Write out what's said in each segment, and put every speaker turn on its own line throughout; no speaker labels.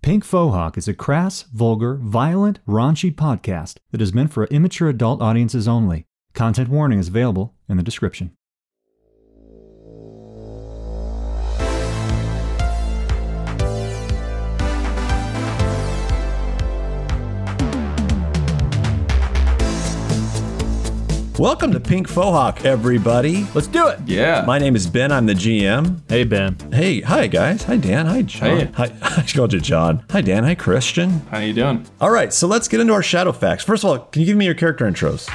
Pink Fohawk is a crass, vulgar, violent, raunchy podcast that is meant for immature adult audiences only. Content warning is available in the description.
Welcome to Pink Fohawk, everybody. Let's do it.
Yeah.
My name is Ben. I'm the GM.
Hey, Ben.
Hey, hi guys. Hi Dan. Hi John.
Hey.
Hi. I called you John. Hi Dan. Hi Christian.
How you doing?
All right. So let's get into our shadow facts. First of all, can you give me your character intros?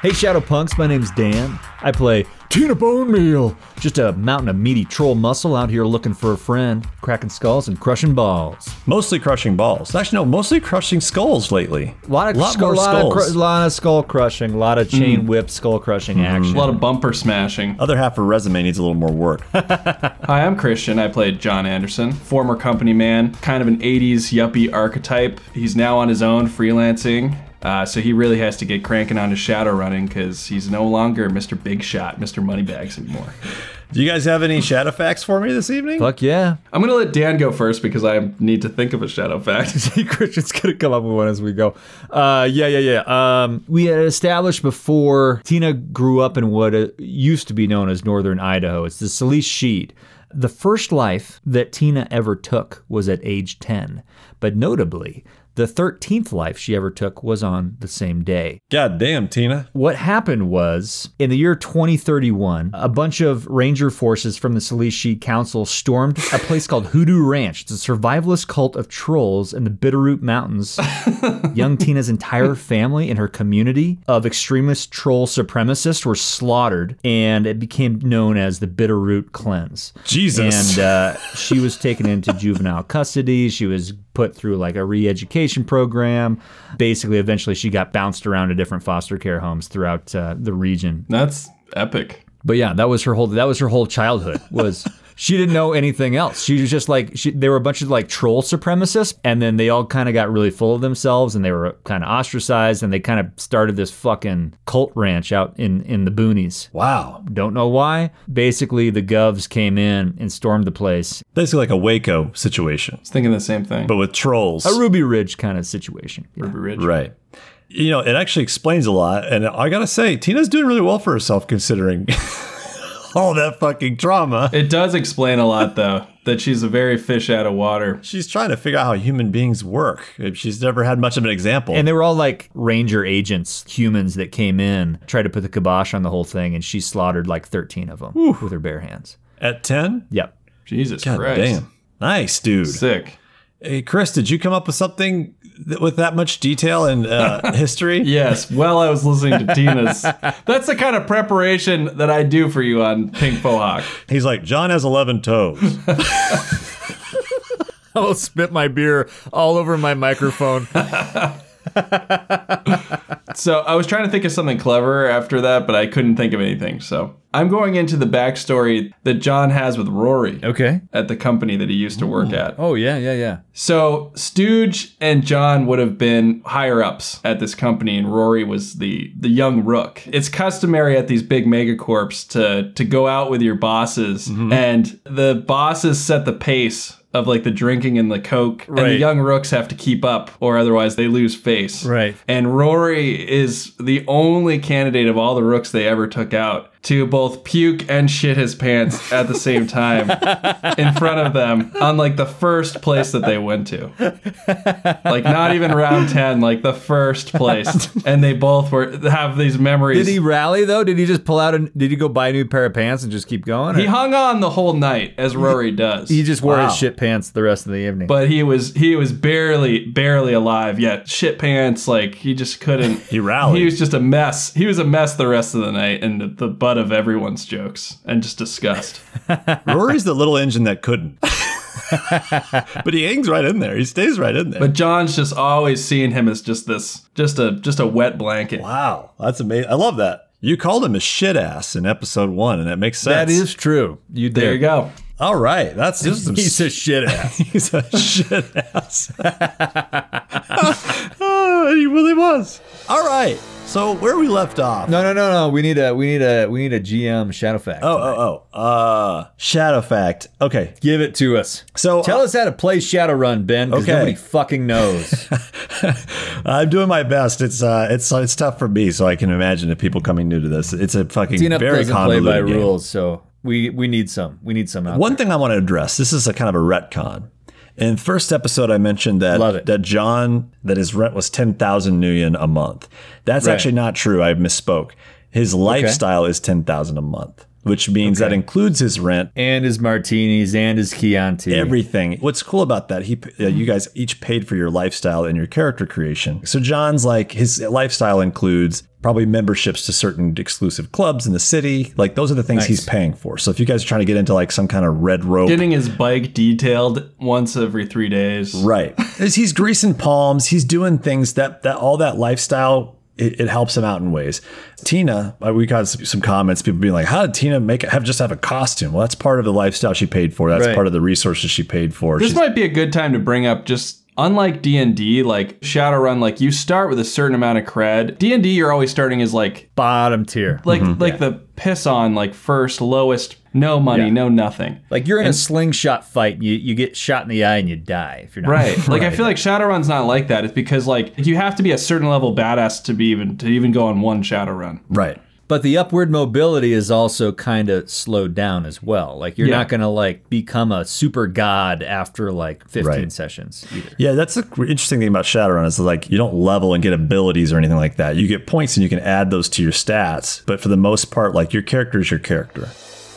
Hey, Shadow Punks. My name's Dan. I play Tina Bone Meal, just a mountain of meaty troll muscle out here looking for a friend, cracking skulls and crushing balls.
Mostly crushing balls. Actually, no. Mostly crushing skulls lately.
A lot of,
more
a lot of
skulls.
cru- lot of skull crushing, a lot of chain whip skull crushing action.
A lot of bumper smashing.
Other half of her resume needs a little more work.
Hi, I'm Christian. I played John Anderson, former company man, kind of an 80s yuppie archetype. He's now on his own freelancing. Uh, so he really has to get cranking on his shadow running because he's no longer Mr. Big Shot, Mr. Moneybags anymore.
do you guys have any shadow facts for me this evening?
Fuck yeah.
I'm gonna let Dan go first because I need to think of a shadow fact.
Christian's gonna come up with one as we go. Uh, yeah, yeah, yeah. Um, we had established before Tina grew up in what uh, used to be known as northern Idaho. It's the Salish Sheet. The first life that Tina ever took was at age 10, but notably, the 13th life she ever took was on the same day.
God damn, Tina.
What happened was in the year 2031, a bunch of ranger forces from the Salishi Council stormed a place called Hoodoo Ranch. It's a survivalist cult of trolls in the Bitterroot Mountains. Young Tina's entire family and her community of extremist troll supremacists were slaughtered, and it became known as the Bitterroot Cleanse. And
Jesus.
uh, she was taken into juvenile custody. She was put through like a re education program. Basically, eventually, she got bounced around to different foster care homes throughout uh, the region.
That's epic.
But yeah, that was her whole that was her whole childhood was she didn't know anything else. She was just like she, they were a bunch of like troll supremacists and then they all kind of got really full of themselves and they were kind of ostracized and they kind of started this fucking cult ranch out in in the boonies.
Wow.
Don't know why. Basically, the govs came in and stormed the place.
Basically like a Waco situation,
I was thinking the same thing.
but with trolls.
A Ruby Ridge kind of situation. Yeah.
Rich.
Right. You know, it actually explains a lot. And I got to say, Tina's doing really well for herself considering all that fucking trauma.
It does explain a lot though that she's a very fish out of water.
She's trying to figure out how human beings work. She's never had much of an example.
And they were all like ranger agents, humans that came in, tried to put the kibosh on the whole thing, and she slaughtered like 13 of them with her bare hands.
At 10?
Yep.
Jesus
God
Christ.
damn. Nice, dude.
Sick.
Hey, Chris, did you come up with something that, with that much detail and uh, history?
Yes, while I was listening to Tina's. That's the kind of preparation that I do for you on Pink Fohawk.
He's like, John has 11 toes.
I'll spit my beer all over my microphone.
So I was trying to think of something clever after that, but I couldn't think of anything. So I'm going into the backstory that John has with Rory
okay.
at the company that he used to work at.
Oh, yeah, yeah, yeah.
So Stooge and John would have been higher ups at this company, and Rory was the the young rook. It's customary at these big megacorps to to go out with your bosses,
Mm-hmm.
and the bosses set the pace of like the drinking and the coke, and the
Right.
young rooks have to keep up, or otherwise they lose face.
Right.
And Rory is the only candidate of all the rooks they ever took out to both puke and shit his pants at the same time in front of them on like the first place that they went to. Like not even round 10, like the first place. And they both were have these memories.
Did he rally though? Did he just pull out and did he go buy a new pair of pants and just keep going?
He hung on the whole night as Rory does.
he just wore
Wow.
his shit pants the rest of the evening.
but he was he was barely barely alive yet. Shit pants like he just couldn't
He rallied.
He was just a mess. He was a mess the rest of the night and the, the butt of everyone's jokes and just disgust.
Rory's the little engine that couldn't. but he hangs right in there. He stays right in there.
But John's just always seeing him as just this just a just a wet blanket.
Wow, that's amazing. I love that. You called him a shit ass in episode one, and that makes sense.
true. You did.
There you go.
all right. That's just some
He's a shit ass.
he's a shit ass. oh, he really was. All right. So where we left off.
No, no, no, no. We need a we need a we need a GM shadow fact.
Oh, oh, oh. Uh, Shadow Fact. Okay.
Give it to us.
So
Tell us how to play Shadowrun, Ben, because
Okay.
nobody fucking knows.
uh, I'm doing my best. It's uh, it's it's tough for me, so I can imagine the people coming new to this. It's a fucking
Teen Up
very
doesn't play
convoluted
by
game.
rules, so we we need some. We need some out.
One thing I want to address. This is a kind of a retcon. In the first episode, I mentioned that
Love it.
that John that his rent was ten thousand million a month. That's
Right.
actually not true. I misspoke. His lifestyle is ten thousand a month, which means that includes his rent
there. And his martinis and his Chianti.
everything. What's cool about that, he uh, you guys each paid for your lifestyle and your character creation. So John's like his lifestyle includes probably memberships to certain exclusive clubs in the city. Like those are the things he's paying for. So if you guys are trying to get into like some kind of red rope
Getting his bike detailed once every three days.
Right. As he's greasing palms, he's doing things that that all that lifestyle it, it helps him out in ways. Tina, uh, we got some some comments, people being like, "How did Tina make have just have a costume?" Well, that's part of the lifestyle she paid for. That's
Right.
part of the resources she paid for.
This
She's-
might be a good time to bring up just unlike D&D, like Shadowrun, like you start with a certain amount of cred. D&D you're always starting as like
Bottom tier. Like,
like like the piss on like first lowest no money, no nothing.
you're in a slingshot fight, you you get shot in the eye and you die if you're not
Right. Like I feel like Shadowrun's not like that. It's because like you have to be a certain level badass to be even to even go on one Shadowrun.
right.
But the upward mobility is also kind of slowed down as well. Like you're
Yeah.
not going to like become a super god after like 15
Right.
sessions either.
Yeah, that's the interesting thing about Shadowrun is like you don't level and get abilities or anything like that. You get points and you can add those to your stats, but for the most part, like your character is your character.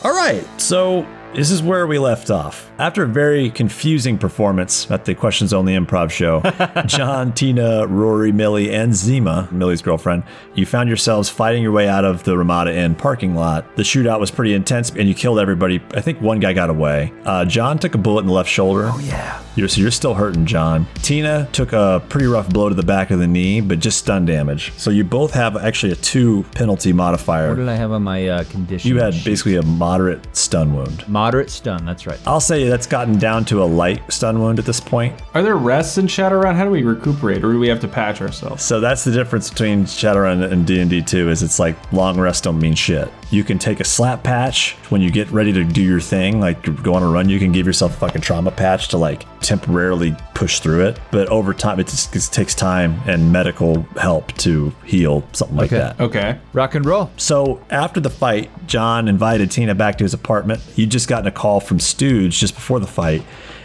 All right, so this is where we left off. After a very confusing performance at the Questions Only Improv show, John, Tina, Rory, Millie, and Zima, Millie's girlfriend, you found yourselves fighting your way out of the Ramada Inn parking lot. The shootout was pretty intense, and you killed everybody. I think one guy got away. Uh, John took a bullet in the left shoulder. Oh yeah. You're, so you're still hurting, John. Tina took a pretty rough blow to the back of the knee, but just stun damage. So you both have actually a two penalty
What
modifier.
did I have on my uh, condition?
You had
sheet?
basically a moderate stun wound.
moderate stun. That's right.
I'll say that's gotten down to a light stun wound at this point.
Are there rests in Shadowrun? How do we recuperate or do we have to patch ourselves?
So that's the difference between Shadowrun and D&D 2 is it's like long rest don't mean shit. You can take a slap patch when you get ready to do your thing, like you go on a run, you can give yourself a fucking trauma patch to like temporarily push through it. But over time, it just, it just takes time and medical help to heal, something like
Okay.
that.
Okay.
Rock and roll.
So after the fight, John invited Tina back to his apartment. He'd just gotten a call from Stooge just before the fight,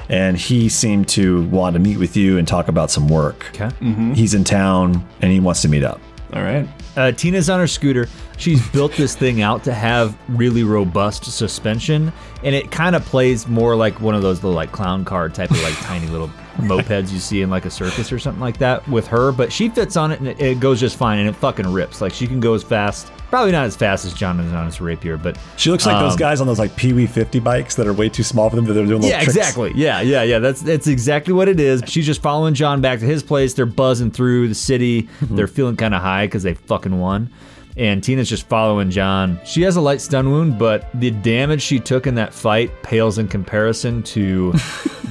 and he seemed to want to meet with you and talk about some work.
Okay.
He's in town and he wants to meet up.
All right.
Uh, Tina's on her scooter. She's built this thing out to have really robust suspension, and it kind of plays more like one of those little like clown car type of like tiny little mopeds you see in like a circus or something like that with her. But she fits on it and it, it goes just fine, and it fucking rips. Like she can go as fast, probably not as fast as John is on his rapier, but
She looks like those guys on those like Pee Wee 50 bikes that are way too small for them, but they're doing little
yeah,
tricks.
exactly. Yeah, yeah, yeah. That's that's exactly what it is. She's just following John back to his place. They're buzzing through the city.
Mm-hmm.
They're feeling kind of high because they fucking won. And Tina's just following John. She has a light stun wound, but the damage she took in that fight pales in comparison to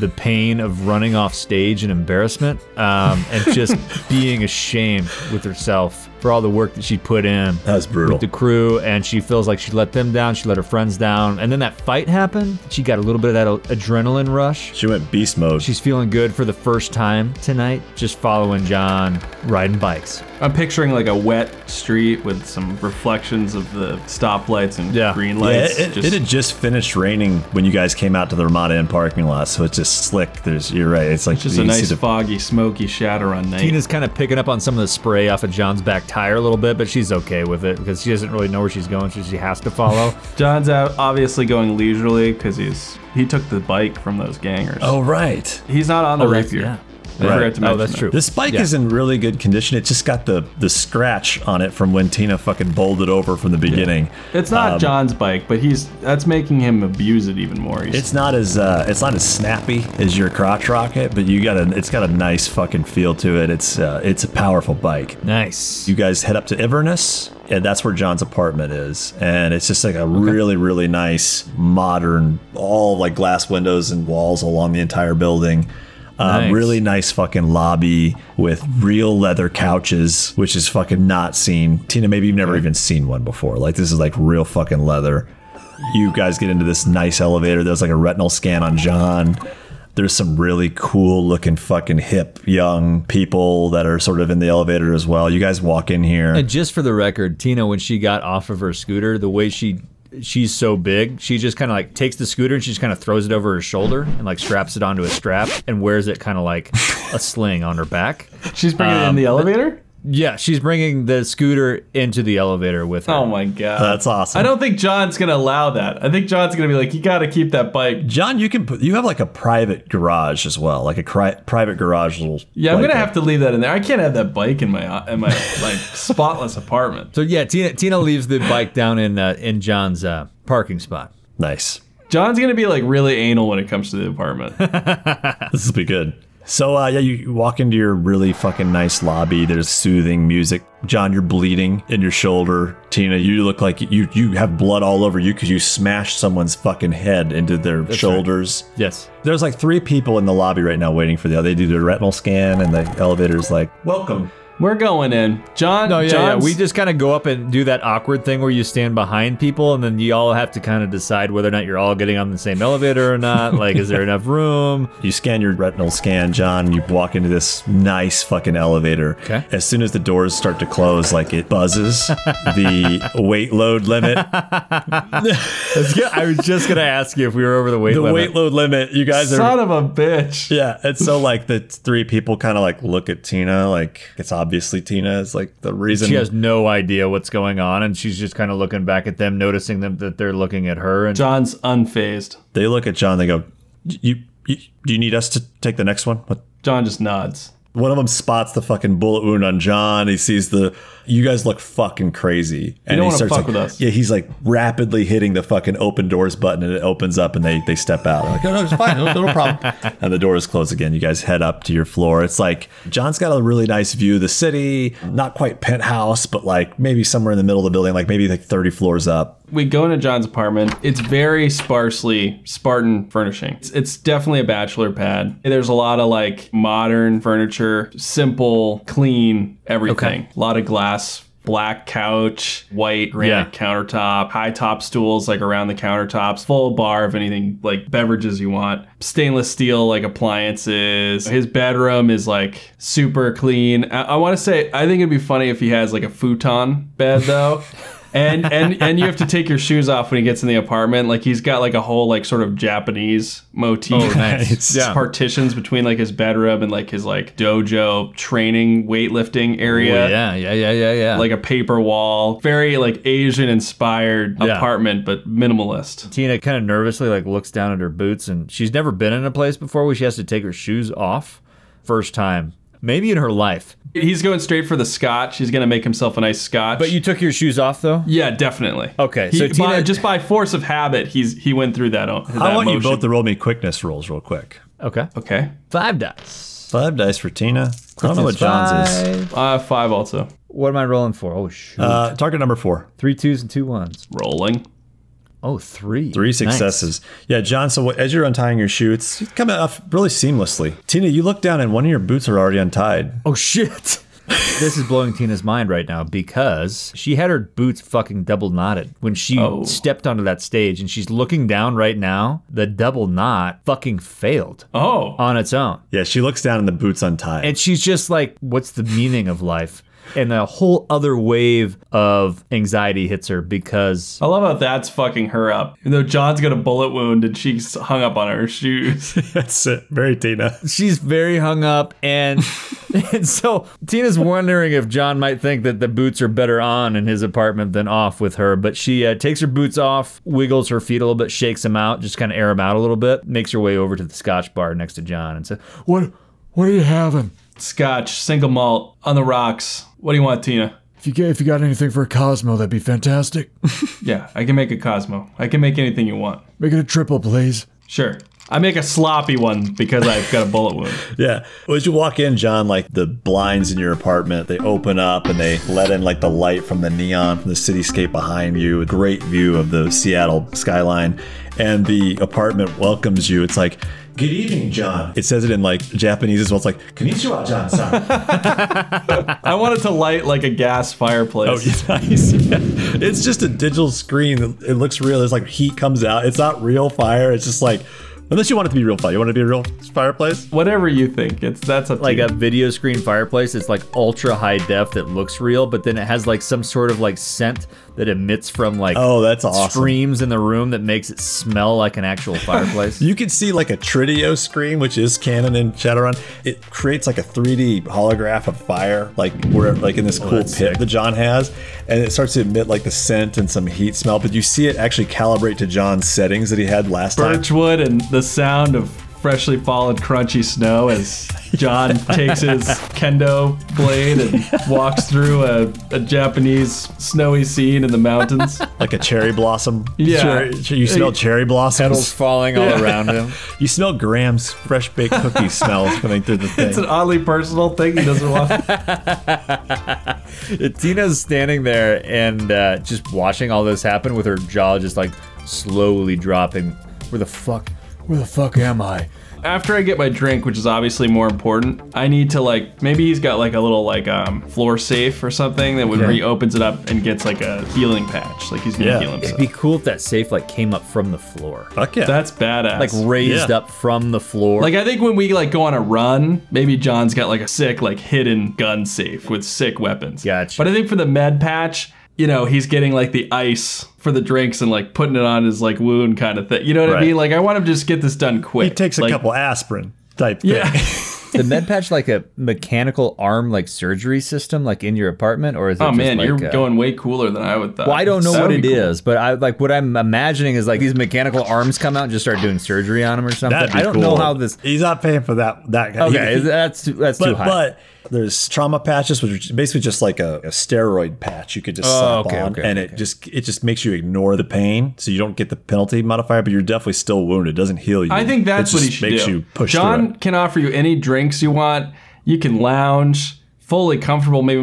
the pain of running off stage in embarrassment um, and just being ashamed with herself for all the work that she put in
That was brutal.
the crew and she feels like she let them down, she let her friends down. And then that fight happened. She got a little bit of that a- adrenaline rush.
She went beast mode.
She's feeling good for the first time tonight, just following John, riding bikes.
I'm picturing like a wet street with some reflections of the stoplights and
Yeah.
green
yeah,
lights.
it, it-
Just-
it had just finished raining when you guys came out to the Ramada Inn parking lot, so it's just slick. There's, you're right. It's like
just
you
a
can see
nice
the-
foggy, smoky Shadowrun night.
Tina's kind of picking up on some of the spray off of John's back tire a little bit, but she's okay with it because she doesn't really know where she's going, so she has to follow.
John's out obviously going leisurely because he's he took the bike from those gangers.
Oh right.
he's not on the
that's-
rapier.
yeah.
I
Right.
forgot to
oh,
mention
that's
that.
true.
This bike is in really good condition. It just got the the scratch on it from when Tina fucking bowled it over from the beginning.
It's not John's bike, but he's that's making him abuse it even more. He's,
It's not as uh, it's not as snappy as your crotch rocket, but you got a it's got a nice fucking feel to it. It's uh, it's a powerful bike.
nice.
You guys head up to Iverness, and that's where John's apartment is. And it's just like a really, really nice, modern, all like glass windows and walls along the entire building. Um,
Nice.
Really nice fucking lobby with real leather couches, which is fucking not seen. Tina, maybe you've never even seen one before. Like this is like real fucking leather. You guys get into this nice elevator. There's like a retinal scan on John. There's some really cool looking fucking hip young people that are sort of in the elevator as well. You guys walk in here.
And just for the record, Tina, when she got off of her scooter, the way she she's so big, she just kind of like takes the scooter and she just kind of throws it over her shoulder and like straps it onto a strap and wears it kind of like a sling on her back.
She's bringing it in the elevator?
Yeah, she's bringing the scooter into the elevator with her.
Oh my god.
That's awesome.
I don't think John's gonna allow that. I think John's gonna be like, you gotta keep that bike.
John, you can put, you have like a private garage as well, like a cri- private garage little.
Yeah, I'm
like
gonna
a-
uh,
have to leave that in there. I can't have that bike in my uh, in my like spotless apartment.
So yeah, Tina Tina leaves the bike down in uh, in John's uh, parking spot.
Nice.
John's gonna be like really anal when it comes to the apartment.
This will be good. So uh, yeah, you, you walk into your really fucking nice lobby. There's soothing music. John, you're bleeding in your shoulder. Tina, you look like you you have blood all over you because you smashed someone's fucking head into their shoulders.
Yes.
There's like three people in the lobby right now waiting for the. They do their retinal scan, and the elevator's like,
Welcome. We're going in. John
Oh yeah, yeah.
John's-
We just kind of go up and do that awkward thing where you stand behind people, and then you all have to kind of decide whether or not you're all getting on the same elevator or not. Like, is there enough room?
You scan your retinal scan, John. You walk into this nice fucking elevator.
Okay.
As soon as the doors start to close, like it buzzes, the weight load limit.
I was just gonna ask you if we were over the weight
The
limit.
weight load limit. You guys are.
son of a bitch.
Yeah, and so like the three people kind of like look at Tina, like it's obviously Tina is like the reason.
she has no idea what's going on, and she's just kind of looking back at them, noticing them that they're looking at her. And
John's unfazed.
they look at John. They go, "You, you, do you need us to take the next one?" What?
John just nods.
One of them spots the fucking bullet wound on John. He sees the you guys look fucking crazy. And
don't
he
wanna
starts
fuck
like-
with us.
Yeah, he's like rapidly hitting the fucking open doors button and it opens up and they they step out. They're like, "Oh, no, it's fine, no, no problem. and the doors close again. You guys head up to your floor. It's like John's got a really nice view of the city, not quite penthouse, but like maybe somewhere in the middle of the building, like maybe like 30 floors up.
We go into John's apartment. It's very sparsely Spartan furnishing. It's, it's definitely a bachelor pad. There's a lot of like modern furniture, simple, clean, everything. A lot of glass, black couch, white granite
Yeah.
countertop, high top stools like around the countertops, full bar of anything like beverages you want, stainless steel like appliances. His bedroom is like super clean. I, I want to say I think it'd be funny if he has like a futon bed though. and and and you have to take your shoes off when he gets in the apartment. Like he's got like a whole like sort of Japanese motif.
Oh, nice.
It's partitions between like his bedroom and like his like dojo training weightlifting area
yeah, yeah, yeah, yeah, yeah.
like a paper wall, very like Asian inspired
Yeah.
apartment, but minimalist.
Tina kind of nervously like looks down at her boots and she's never been in a place before where she has to take her shoes off first time. Maybe in her life.
He's going straight for the scotch. He's gonna make himself a nice scotch.
But you took your shoes off though?
yeah, definitely.
Okay,
He-
so Tina-
by- just by force of habit, he's he went through that. o- that
I want you
motion.
both to roll me quickness rolls real quick.
Okay.
Okay,
Five dots.
Five dice for Tina. I don't know what John's is.
Five.
uh, five also
What am I rolling for? Oh shoot.
Uh, target number four.
three twos and two ones.
rolling.
Oh, three.
Three
Nice.
successes. Yeah, John. So what- as you're untying your shoe, it's coming off really seamlessly. Tina, you look down and one of your boots are already untied.
Oh shit. this is blowing Tina's mind right now because she had her boots fucking double knotted when she
Oh.
stepped onto that stage and she's looking down right now. The double knot fucking failed
Oh,
on its own.
Yeah, she looks down and the boots untied.
And she's just like, what's the meaning of life? And a whole other wave of anxiety hits her because
I love how that's fucking her up. Though John's got a bullet wound and she's hung up on her shoes.
That's it. Very Tina.
she's very hung up. And, and so Tina's wondering if John might think that the boots are better on in his apartment than off with her. But she uh, takes her boots off, wiggles her feet a little bit, shakes them out, just kind of air them out a little bit, makes her way over to the scotch bar next to John and says, What, what are you having?
Scotch, single malt on the rocks. What do you want, Tina?
If you, get, if you got anything for a Cosmo, that'd be fantastic.
Yeah, I can make a Cosmo. I can make anything you want.
Make it a triple, please.
Sure. I make a sloppy one because I've got a bullet wound.
Yeah. Well, as you walk in, John, like the blinds in your apartment, they open up and they let in like the light from the neon from the cityscape behind you. A great view of the Seattle skyline. And the apartment welcomes you. It's like, Good evening, John. It says it in like Japanese as well. It's like Konnichiwa, John-san.
I wanted to light like a gas fireplace.
oh, yeah, nice. Yeah. It's just a digital screen. that- It looks real. It's like heat comes out. It's not real fire. It's just like unless you want it to be real fire. You want it to be a real fireplace?
Whatever you think, it's that's up to
like
you.
a video screen fireplace it's like ultra high def that looks real but then it has like some sort of like scent that emits from like
Oh, that's awesome.
streams in the room that makes it smell like an actual fireplace
You can see like a Tridio screen, which is canon in Shadowrun. It creates like a 3D holograph of fire, like where like in this cool pit that John has, and it starts to emit like the scent and some heat smell. But you see it actually calibrate to John's settings that he had last time.
Birchwood and the sound of freshly fallen crunchy snow as John takes his kendo blade and walks through a, a Japanese snowy scene in the mountains.
like a cherry blossom.
Yeah.
Cherry- you smell cherry blossoms.
falling all around him
You smell Graham's fresh baked cookie smells coming through the thing.
It's an oddly personal thing he doesn't want.
tina's standing there and uh, just watching all this happen with her jaw just like slowly dropping where the fuck where the fuck am i
After I get my drink, which is obviously more important, I need to like maybe he's got like a little like um floor safe or something that when he opens it up and gets like a healing patch, like he's gonna
Yeah.
heal himself.
it'd be cool if that safe like came up from the floor
Fuck yeah.
That's badass.
like raised
Yeah.
up from the floor
Like I think when we like go on a run, maybe John's got like a sick like hidden gun safe with sick weapons.
Gotcha.
But I think for the med patch, you know, he's getting like the ice for the drinks and like putting it on his like wound kind of thing. You know what I
Right.
mean? Like I want him to just get this done quick.
he takes a
Like,
couple aspirin type
Yeah.
thing.
the med patch like a mechanical arm like surgery system like in your apartment or is it
Oh
just
man,
like
uh,
you're
a-
going way cooler than I would thought.
well, I don't know
That
what
would
it
be
is,
cool.
but I like what I'm imagining is like these mechanical arms come out and just start doing surgery on him or something.
That'd be
I don't
cool.
know how this.
He's not paying for that. That guy.
Okay,
He-
that's too- that's too
but,
high.
but there's trauma patches, which are basically just like a, a steroid patch you could just slap
Oh, okay,
on,
okay,
and it just it just makes you ignore the pain, so you don't get the penalty modifier, but you're definitely still wounded. It doesn't heal you.
I think that's
it
what
just
he should
makes
do.
you push
John
through it.
can offer you any drinks you want. You can lounge, fully comfortable, maybe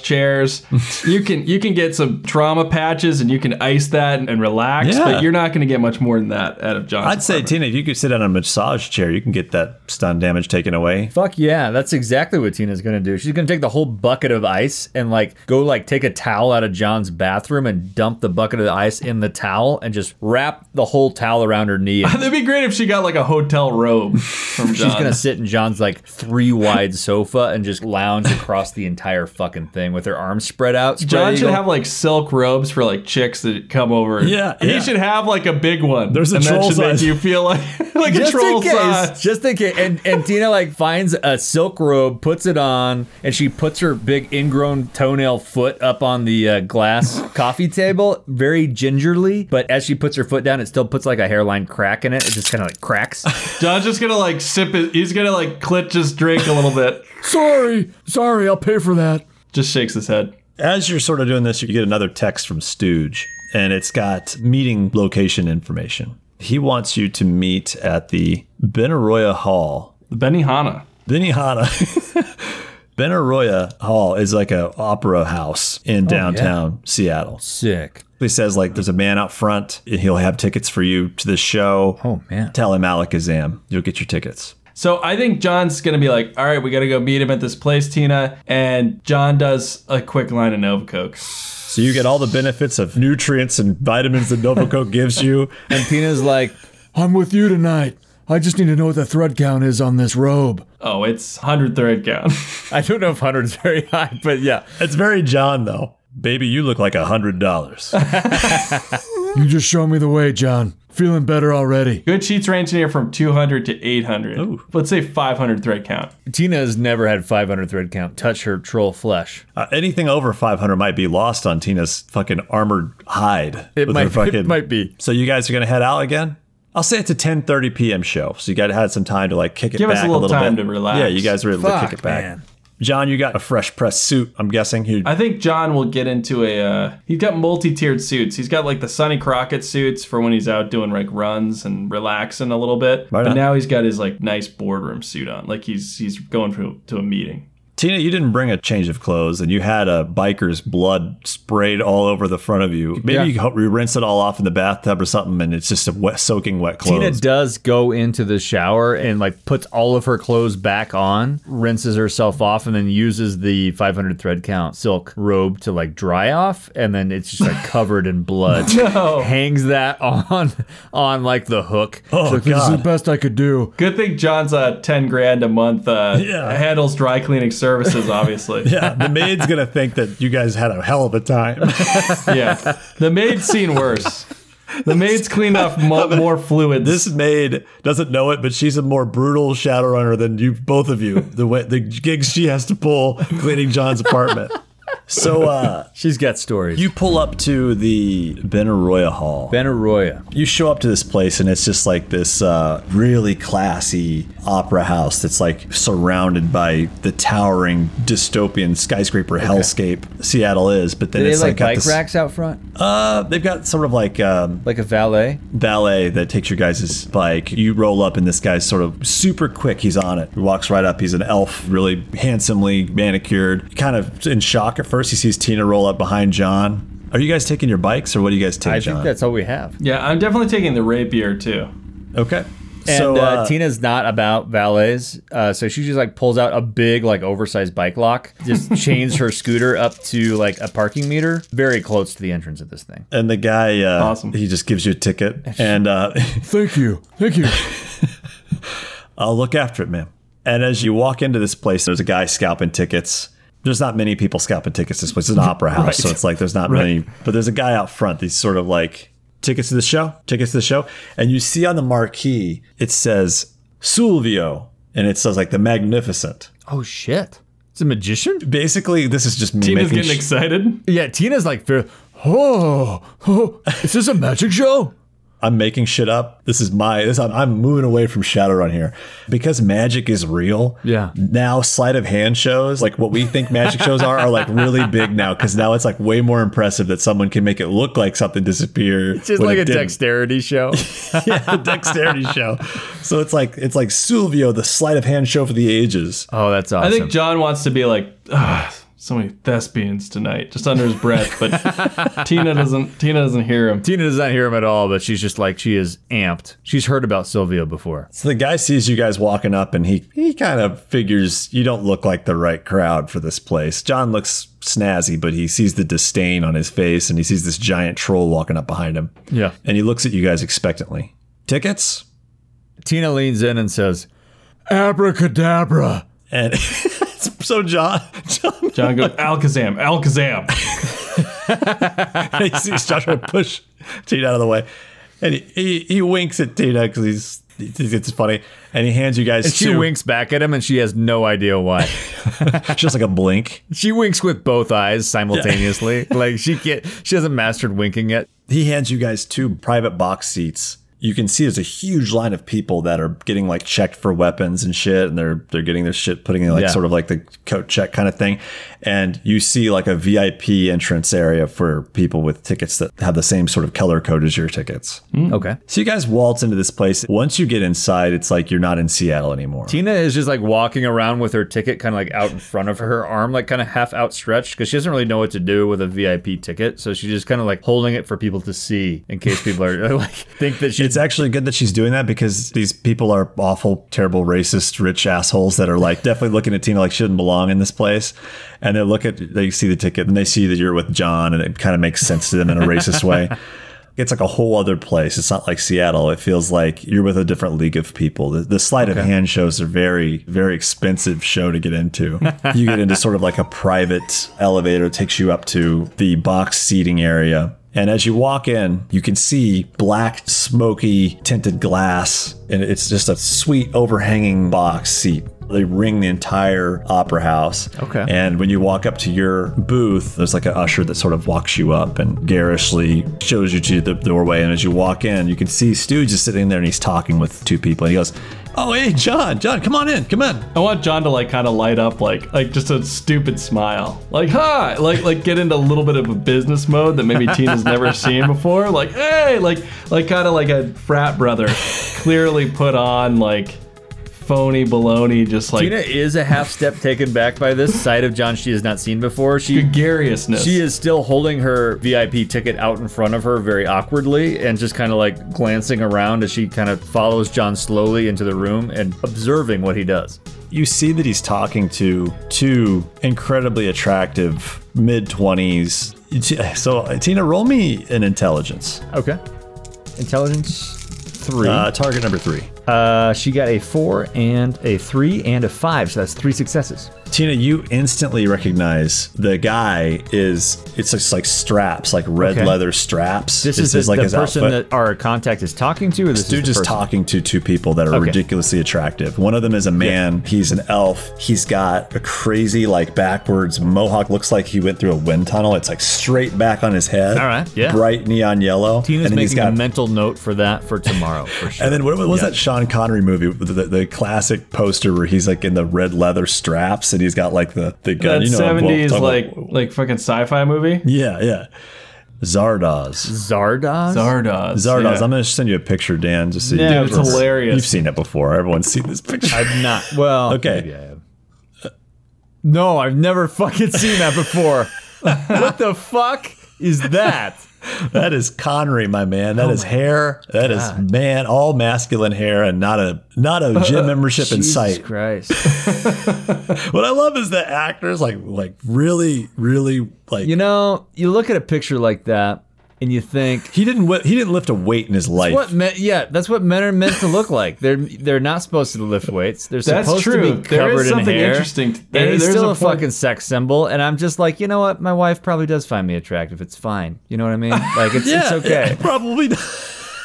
chairs. you can you can get some trauma patches and you can ice that and relax,
Yeah.
but you're not going to get much more than that out of John.
I'd say Tina, if you could sit on a massage chair, you can get that stun damage taken away.
Fuck yeah, that's exactly what Tina's gonna do. She's gonna take the whole bucket of ice and like go like take a towel out of John's bathroom and dump the bucket of ice in the towel and just wrap the whole towel around her knee. And
That'd be great if she got like a hotel robe from John.
She's gonna sit in John's like three wide sofa and just lounge across the entire fucking thing with her arms spread out. spread
John should
eagle.
have like silk robes for like chicks that come over.
Yeah,
he
yeah.
should have like a big one.
There's a
and that
troll
should make
size.
you feel like like a
just in
troll
case,
size.
just in case. And and Tina like finds a silk robe, puts it on, and she puts her big ingrown toenail foot up on the uh, glass coffee table very gingerly. But as she puts her foot down, it still puts like a hairline crack in it. It just kind of like cracks.
John's just gonna like sip it. He's gonna like clit just drink a little bit.
sorry, sorry, I'll pay for that.
Just shakes his head.
As you're sort of doing this, you get another text from Stooge, and it's got meeting location information. He wants you to meet at the Benaroya Hall
Benny Hanna.
Benihana. Benaroya Hall is like a opera house
Oh,
in downtown Seattle.
Sick.
He says like there's a man out front. and He'll have tickets for you to the show.
Oh, man.
Tell him Alakazam. You'll get your tickets.
So I think John's gonna be like, all right, we gotta go meet him at this place, Tina. And John does a quick line of Nova Coke.
So you get all the benefits of nutrients and vitamins that Novacoke gives you.
And Tina's like,
I'm with you tonight. I just need to know what the thread count is on this robe.
Oh, it's 100 thread count.
I don't know if hundred's very high, but yeah.
It's very John though. Baby, you look like a hundred dollars. Uh,
You just show me the way, John. Feeling better already.
Good sheets range here from 200 to 800. Let's say 500 thread count.
Tina has never had 500 thread count touch her troll flesh.
Uh, anything over 500 might be lost on Tina's fucking armored hide.
It
with
might-
her
it might be.
So you guys are gonna head out again? I'll say it's a 10:30 p.m. show, so you guys had some time to like kick it
Give us
back
a little time
bit.
to relax.
Yeah, you guys were able to
Fuck,
kick it back.
man.
John, you got a fresh press suit. I'm guessing you.
I think John will get into a. Uh, he's got multi-tiered suits. He's got like the Sonny Crockett suits for when he's out doing like runs and relaxing a little bit.
Right
but
on.
now he's got his like nice boardroom suit on, like he's he's going for, to a meeting.
Tina, you didn't bring a change of clothes, and you had a biker's blood sprayed all over the front of you. Maybe
Yeah.
you ho- you rinse it all off in the bathtub or something, and it's just a wet, soaking wet
Tina
clothes.
does go into the shower and like puts all of her clothes back on, rinses herself off, and then uses the 500 thread count silk robe to like dry off, and then it's just like covered in blood.
No.
Hangs that on on like the hook.
oh
Like, this is the
God!
best I could do.
Good thing John's uh, ten grand a month uh,
Yeah.
handles dry cleaning services. Obviously,
Yeah, the maid's gonna think that you guys had a hell of a time.
yeah. The maid's seen worse. The maid's cleaned off mo- more fluids.
This maid doesn't know it, but she's a more brutal Shadowrunner than you, both of you. The way, the gigs she has to pull cleaning John's apartment. So uh,
She's got stories.
you pull up to the Benaroya Hall.
Benaroya.
you show up to this place and it's just like this uh, really classy opera house that's like surrounded by the towering dystopian skyscraper hellscape Seattle is. But then
They
it's
like
got
bike
this,
racks out front,
Uh, they've got sort of like um,
like a valet.
valet that takes your guys' bike. You roll up and this guy's sort of super quick. He's on it. He walks right up. He's an elf, really handsomely manicured. Kind of in shock at first. He sees Tina roll up behind John. Are you guys taking your bikes or what do you guys take,
I
John?
think that's all we have.
yeah, I'm definitely taking the rapier too.
okay.
And uh, Tina's not about valets, uh, so she just like pulls out a big like oversized bike lock, just chains her scooter up to like a parking meter, very close to the entrance of this thing.
And the guy, uh,
Awesome.
he just gives you a ticket, and uh,
Thank you. Thank you.
I'll look after it, man. And as you walk into this place, there's a guy scalping tickets. There's not many people scalping tickets. This place is an opera house, so it's like there's not many. But there's a guy out front. He's sort of like tickets to the show, tickets to the show, and you see on the marquee it says Sulvio, and it says like the Magnificent.
Oh shit! It's a magician.
Basically, this is just me
Tina's
making
getting
sh-
excited.
Yeah, Tina's like fair.
Oh, oh, is this a magic show?
I'm making shit up. This is my. This I'm, I'm moving away from Shadowrun here because magic is real.
Yeah.
Now sleight of hand shows, like what we think magic shows are, are like really big now because now it's like way more impressive that someone can make it look like something disappear. It's
Just like a dexterity show.
yeah, a dexterity show. So it's like it's like Silvio, the sleight of hand show for the ages.
oh, that's
I
awesome.
think John wants to be like, "Ugh, so many thespians tonight, just under his breath. But Tina doesn't. Tina doesn't hear him.
Tina does not hear him at all, but she's just like she is amped. She's heard about Silvio before.
So the guy sees you guys walking up and he he kind of figures you don't look like the right crowd for this place. John looks snazzy, but he sees the disdain on his face and he sees this giant troll walking up behind him.
Yeah.
And he looks at you guys expectantly. Tickets?
Tina leans in and says,
Abracadabra.
And so John John
John goes Alakazam, Alakazam.
he sees John trying to push Tina out of the way. And he, he, he winks at Tina because he's he thinks it's funny. And he hands you guys
she
two-
winks back at him, and she has no idea why.
just like a blink.
She winks with both eyes simultaneously. like she can't. She hasn't mastered winking yet.
he hands you guys two private box seats. You can see there's a huge line of people that are getting like checked for weapons and shit, and they're they're getting their shit putting in like
Yeah.
sort of like the coat check kind of thing. And you see like a VIP entrance area for people with tickets that have the same sort of color code as your tickets.
Okay.
So you guys waltz into this place. Once you get inside, it's like you're not in Seattle anymore.
Tina is just like walking around with her ticket kind of like out in front of her arm, like kind of half outstretched because she doesn't really know what to do with a VIP ticket. So she's just kind of like holding it for people to see in case people are like think that she's.
It's actually good that she's doing that because these people are awful, terrible, racist, rich assholes that are like definitely looking at Tina like she doesn't belong in this place. And they look at, they see the ticket and they see that you're with John and it kind of makes sense to them in a racist way. It's like a whole other place. It's not like Seattle. It feels like you're with a different league of people. The, the sleight of hand shows are very, very expensive show to get into. you get into sort of like a private elevator, takes you up to the box seating area. And as you walk in, you can see black, smoky, tinted glass, and it's just a sweet, overhanging box seat. They ring the entire opera house.
Okay.
And when you walk up to your booth, there's like an usher that sort of walks you up and garishly shows you to the doorway. And as you walk in, you can see Stu just sitting there and he's talking with two people. And he goes, Oh, hey, John, John, come on in, come in.
I want John to like kind of light up, like like just a stupid smile, like hi, like like get into a little bit of a business mode that maybe Tina's never seen before, like hey, like like kind of like a frat brother, clearly put on like phony baloney, just like
Tina is a half step taken back by this side of John she has not seen before. She
gregariousness.
she is still holding her VIP ticket out in front of her very awkwardly and just kind of like glancing around as she kind of follows John slowly into the room and observing what he does.
you see that he's talking to two incredibly attractive mid 20s. So, Tina, roll me an intelligence.
Okay. Intelligence three.
Uh, target number three.
Uh, she got a four and a three and a five, so that's three successes.
Tina, you instantly recognize the guy is, it's just like straps, like red
Okay.
leather straps.
This
It
is
says,
the, the person
outfit.
that our contact is talking to, or this,
This dude
is the
just
person?
talking to two people that are
Okay.
ridiculously attractive. One of them is a man. He's an elf. He's got a crazy, like backwards mohawk. Looks like he went through a wind tunnel. It's like straight back on his head.
All right, yeah.
Bright neon yellow.
Tina's
and then he's
making a
got.
mental note for that for tomorrow, for sure.
and then what what was that Sean Connery movie, the, the, the classic poster where he's like in the red leather straps and he's got like the the gun.
that
you know, what I'm
seventies
talking
like
about.
like fucking sci-fi movie.
yeah, yeah. Zardoz.
Zardoz?
Zardoz.
Zardoz.
yeah.
I'm gonna send you a picture, Dan, just so you.
Dude, it's hilarious.
You've seen it before. Everyone's seen this picture.
I've not. Well,
Okay.
maybe I have. No, I've never fucking seen that before. what the fuck is that?
That is Connery, my man.
Oh
That is hair. That is man, all masculine hair, and not a not a gym membership in sight.
Christ.
What I love is that actors like like really, really like
You know, you look at a picture like that and you think,
he didn't wi- he didn't lift a weight in his life.
what men, yeah, that's what men are meant to look like. They're they're not supposed to lift weights. They're
That's
supposed to
true.
be
There
covered
is
in
something
hair.
interesting. to-
and
There,
he's
there's
still a,
a point-
fucking sex symbol, and I'm just like, you know what? My wife probably does find me attractive. It's fine. You know what I mean? Like it's it's okay.
Probably. Not.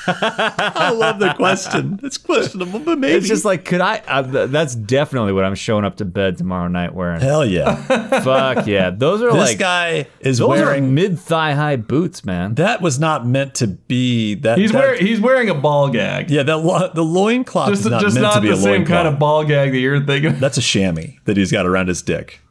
I love the question. It's questionable, but maybe
It's just like, could I? Uh, th- that's definitely what I'm showing up to bed tomorrow night wearing.
hell yeah.
Fuck yeah, those are
this
like
guy is
those are
wearing.
mid thigh high boots, man.
that was not meant to be that.
He's
that-
wearing he's wearing a ball gag.
Yeah, that lo- the loincloth
just
is not
just
meant
not
to be
the
a
same
loincloth.
kind of ball gag that you're thinking. of.
That's a chamois that he's got around his dick.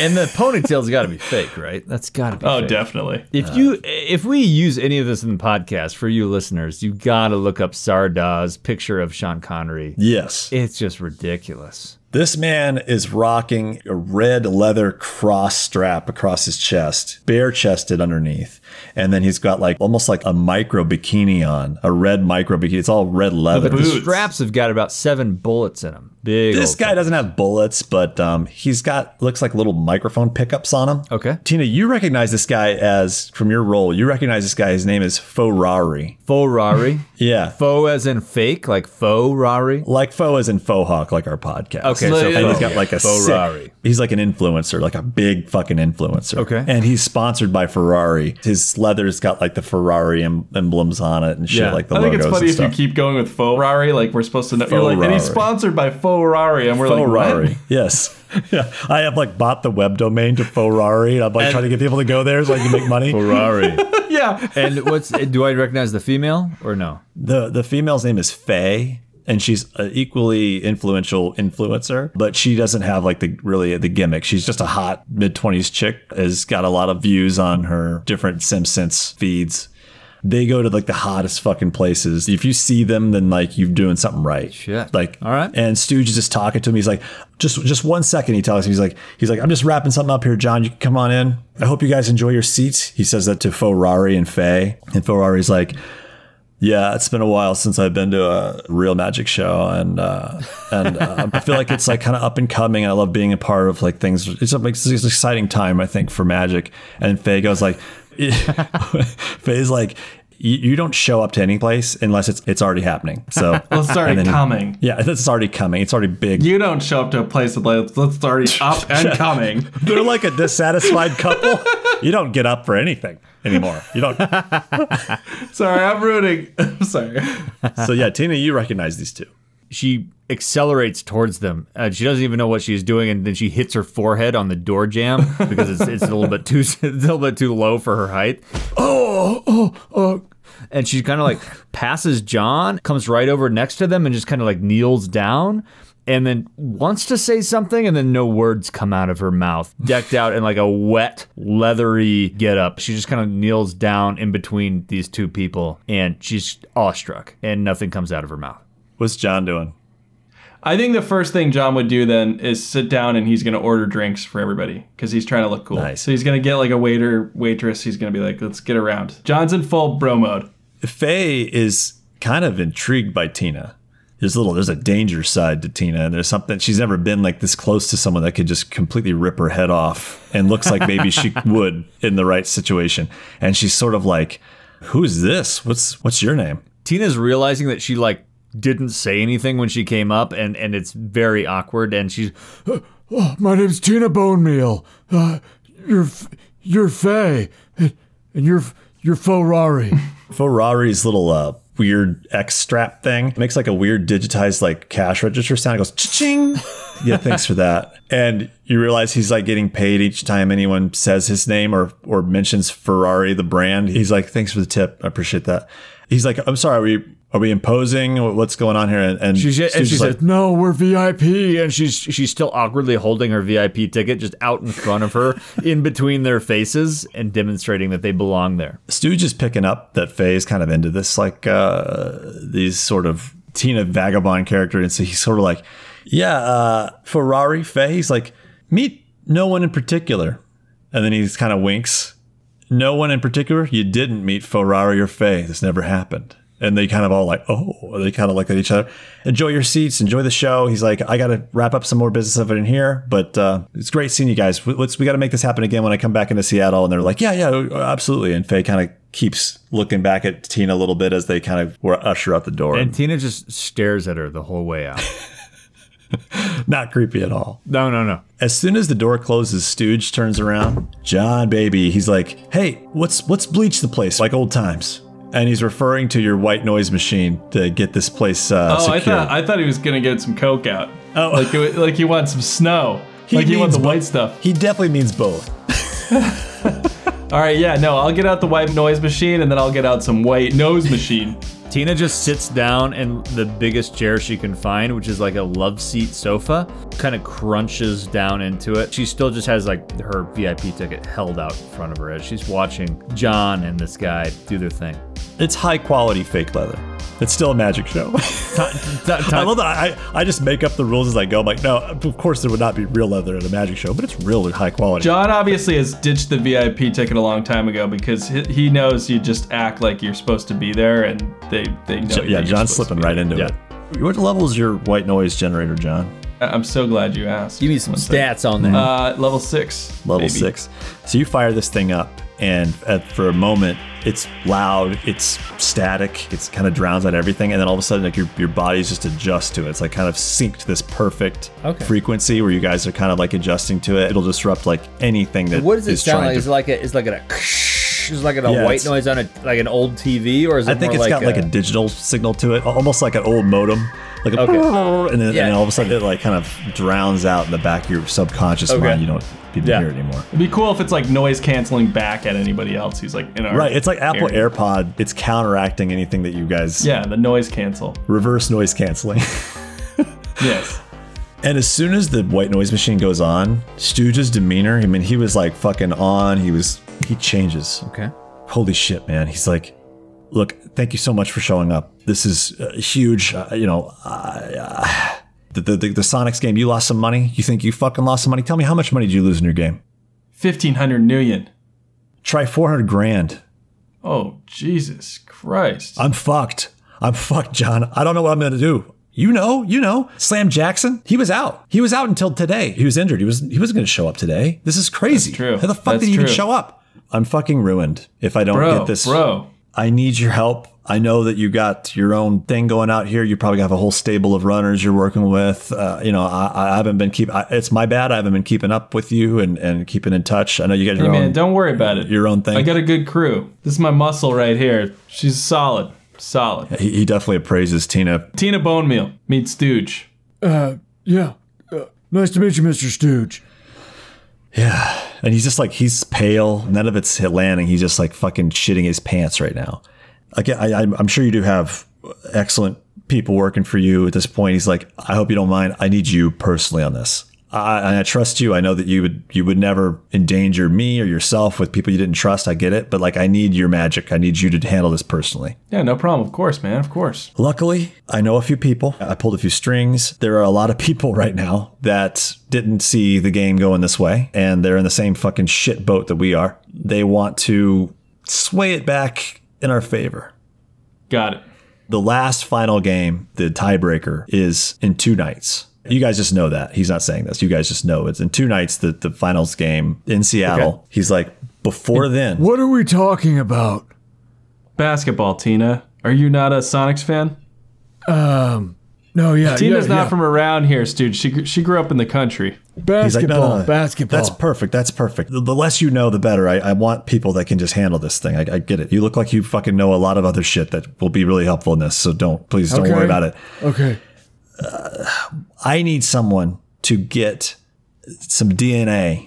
And the ponytail's got to be fake, right? That's got to be.
Oh,
fake.
definitely.
If you if we use any of this in the podcast for you listeners, you gotta look up Sardoz picture of Sean Connery.
Yes.
It's just ridiculous.
This man is rocking a red leather cross strap across his chest, bare chested underneath. And then he's got like almost like a micro bikini on, a red micro bikini. It's all red leather.
boots.
The straps have got about seven bullets in them. Big.
This
old-
guy doesn't have bullets, but um, he's got looks like little microphone pickups on him.
Okay.
Tina, you recognize this guy as from your role. You recognize this guy. His name is Ferrari.
Ferrari.
Yeah,
Faux as in fake, like faux Rari.
like faux as in faux hawk, like our podcast.
Okay,
so
and he's
faux,
got like a
faux
sick-
Rari.
He's like an influencer, like a big fucking influencer.
Okay.
and he's sponsored by Ferrari. His leather's got like the Ferrari em- emblems on it and shit,
Yeah.
like the
I think
logos
it's funny
and
if
stuff.
you keep going with Ferrari, like we're supposed to know. You're like, and he's
Ferrari.
sponsored by Ferrari, and we're like,
Ferrari,
what?
yes, yeah. I have like bought the web domain to Ferrari, and I'm like trying to get people to go there so I can make money.
Ferrari.
Yeah,
and what's do I recognize the female or no?
The the female's name is Faye, and she's an equally influential influencer, but she doesn't have like the really the gimmick. She's just a hot mid twenties chick. Has got a lot of views on her different SimSense feeds. They go to like the hottest fucking places. If you see them, then like you're doing something right.
Shit.
Like
All right.
And Stooge is just talking to him. He's like, just just one second. He tells him, he's like, he's like, I'm just wrapping something up here, John. You can come on in. I hope you guys enjoy your seats. He says that to Ferrari and Faye. And Ferrari's like, yeah, it's been a while since I've been to a real magic show, and uh, and uh, I feel like it's like kind of up and coming. And I love being a part of like things. It's, a- it's an exciting time, I think, for magic. And Faye goes like, Faye's like, you, you don't show up to any place unless it's it's already happening. So
let's start
and
it
then-
coming.
Yeah, it's already coming. It's already big.
You don't show up to a place with like, let's start it up and coming.
They're like a dissatisfied couple. You don't get up for anything anymore. You don't.
Sorry, I'm rooting. I'm sorry.
So yeah, Tina, you recognize these two.
She accelerates towards them. Uh, she doesn't even know what she's doing, and then she hits her forehead on the door jamb because it's, it's a little bit too it's a little bit too low for her height. Oh, oh, oh. And she kind of like passes John, comes right over next to them, and just kind of like kneels down, and then wants to say something, and then no words come out of her mouth. Decked out in like a wet, leathery getup, she just kind of kneels down in between these two people, and she's awestruck, and nothing comes out of her mouth.
What's John doing?
I think the first thing John would do then is sit down and he's going to order drinks for everybody because he's trying to look cool.
Nice.
So he's going to get like a waiter, waitress. He's going to be like, let's get around. John's in full bro mode.
Faye is kind of intrigued by Tina. There's a little there's a danger side to Tina, and there's something she's never been like this close to someone that could just completely rip her head off and looks like maybe she would in the right situation. And she's sort of like, Who's this? What's what's your name?
Tina's realizing that she like didn't say anything when she came up, and and it's very awkward. And she's
Oh, my name's Tina Bone Meal. Uh, you're F- you're Faye, and and you're F- you're Ferrari.
Ferrari's little uh weird X strap thing makes like a weird digitized like cash register sound. It goes ching. Yeah, thanks for that. And you realize he's like getting paid each time anyone says his name or or mentions Ferrari the brand. He's like, thanks for the tip. I appreciate that. He's like, I'm sorry. Are we are we imposing? What- What's going on here? And, and
she's and
Stu's
she
just like,
says
no, we're VIP.
and she's she's still awkwardly holding her VIP ticket just out in front of her, in between their faces, and demonstrating that they belong there.
Stu just picking up that Faye's kind of into this, like uh, these sort of Tina vagabond character, and so he's sort of like, yeah, uh, Ferrari Faye. He's like, meet no one in particular, and then he's kind of winks. No one in particular. You didn't meet Ferrari or Faye. This never happened. And they kind of all like, oh, they kind of look at each other. Enjoy your seats. Enjoy the show. He's like, I got to wrap up some more business of it in here, but uh, it's great seeing you guys. We- Let's we got to make this happen again when I come back into Seattle. And they're like, yeah, yeah, absolutely. And Faye kind of keeps looking back at Tina a little bit as they kind of were usher out the door.
And Tina just stares at her the whole way out.
Not creepy at all.
No, no, no.
As soon as the door closes, Stooge turns around. John, baby, he's like, "Hey, what's what's bleach the place like old times?" And he's referring to your white noise machine to get this place uh,
Oh, I
secured.
thought I thought he was going to get some coke out.
Oh.
like it- like he wants some snow. like he wants
needs
the white
both.
stuff.
He definitely means both.
All right, yeah, no, I'll get out the white noise machine and then I'll get out some white nose machine.
Tina just sits down in the biggest chair she can find, which is like a love seat sofa, kind of crunches down into it. She still just has like her VIP ticket held out in front of her as she's watching John and this guy do their thing.
It's high quality fake leather. It's still a magic show. I love that. I, I just make up the rules as I go. I'm like, no, of course there would not be real leather at a magic show, but it's real and high quality.
John obviously has ditched the VIP ticket a long time ago because he he knows you just act like you're supposed to be there and they they know.
Jo-
that
yeah,
you're
John's
supposed to
slipping
be
right into
Yeah.
it. What level is your white noise generator, John?
there. I- I'm so glad you asked.
Give me some
One sec.
stats on that.
Uh, level six.
level
maybe.
six. So you fire this thing up, and at, for a moment, it's loud, it's static, it's kind of drowns out everything, and then all of a sudden, like your your body's just adjust to it. It's like kind of synced this perfect
Okay.
frequency where you guys are kind of like adjusting to it. It'll disrupt like anything that
what does it
is
sound
trying
like?
to-
Is it like a, is like a, is like a
Yeah,
white
it's-
noise on a like an old TV, or is it
I think
more
it's
like
got like a digital signal to it, al- almost like an old modem, like a
Okay.
and, then,
Yeah.
and all of a sudden it like kind of drowns out in the back of your subconscious
Okay.
mind. You don't even
Yeah.
hear it anymore.
It'd be cool if it's like noise canceling back at anybody else who's like in our
Right, it's like Apple
area.
AirPod. It's counteracting anything that you guys
Yeah, the noise cancel.
reverse noise canceling.
Yes.
and as soon as the white noise machine goes on, Stooge's demeanor, I mean, he was like fucking on. He was, he changes.
okay.
Holy shit, man. He's like, look, thank you so much for showing up. This is uh, huge. Uh, you know, uh, the, the, the, the Sonics game, you lost some money. You think you fucking lost some money? Tell me, how much money did you lose in your game?
Fifteen hundred million.
Try 400 grand.
Oh Jesus Christ.
I'm fucked. I'm fucked, John. I don't know what I'm gonna do. You know, you know. Slam Jackson, he was out. He was out until today. He was injured. He was he wasn't gonna show up today. This is crazy.
true.
How the fuck
That's
did he even
true.
show up? I'm fucking ruined if I don't
bro,
get this.
bro.
I need your help. I know that you got your own thing going out here. You probably have a whole stable of runners you're working with. Uh, you know, I, I haven't been keep. I, it's my bad. I haven't been keeping up with you and, and keeping in touch. I know you got your
Hey
own.
man, don't worry about it.
your own thing.
I got a good crew. This is my muscle right here. She's solid. Solid.
he, he definitely appraises Tina.
Tina Bone Meal meets Stooge.
Yeah, uh, nice to meet you, Mr. Stooge.
Yeah. And he's just like, he's pale. None of it's hit landing. He's just like fucking shitting his pants right now. Again, I, I'm I'm sure you do have excellent people working for you at this point. He's like, I hope you don't mind. I need you personally on this. I, I trust you. I know that you would you would never endanger me or yourself with people you didn't trust. I get it, but like I need your magic. I need you to handle this personally.
Yeah, no problem. Of course, man. Of course.
Luckily, I know a few people. I pulled a few strings. There are a lot of people right now that didn't see the game going this way, and they're in the same fucking shit boat that we are. They want to sway it back in our favor.
Got it.
The last final game, the tiebreaker, is in two nights. You guys just know that. He's not saying this. You guys just know it's in two nights that the finals game in Seattle. He's like, before then,
What are we talking about?
Basketball, Tina. Are you not a Sonics fan?
No,
Uh,
yeah,
Tina's
yeah,
not
yeah.
from around here, dude. She she grew up in the country.
He's like, no,
basketball.
no, no.
Basketball.
That's perfect. That's perfect. The, the less you know, the better. I, I want people that can just handle this thing. I, I get it. You look like you fucking know a lot of other shit that will be really helpful in this. So don't, please don't
Okay.
worry about it.
okay.
I need someone to get some DNA.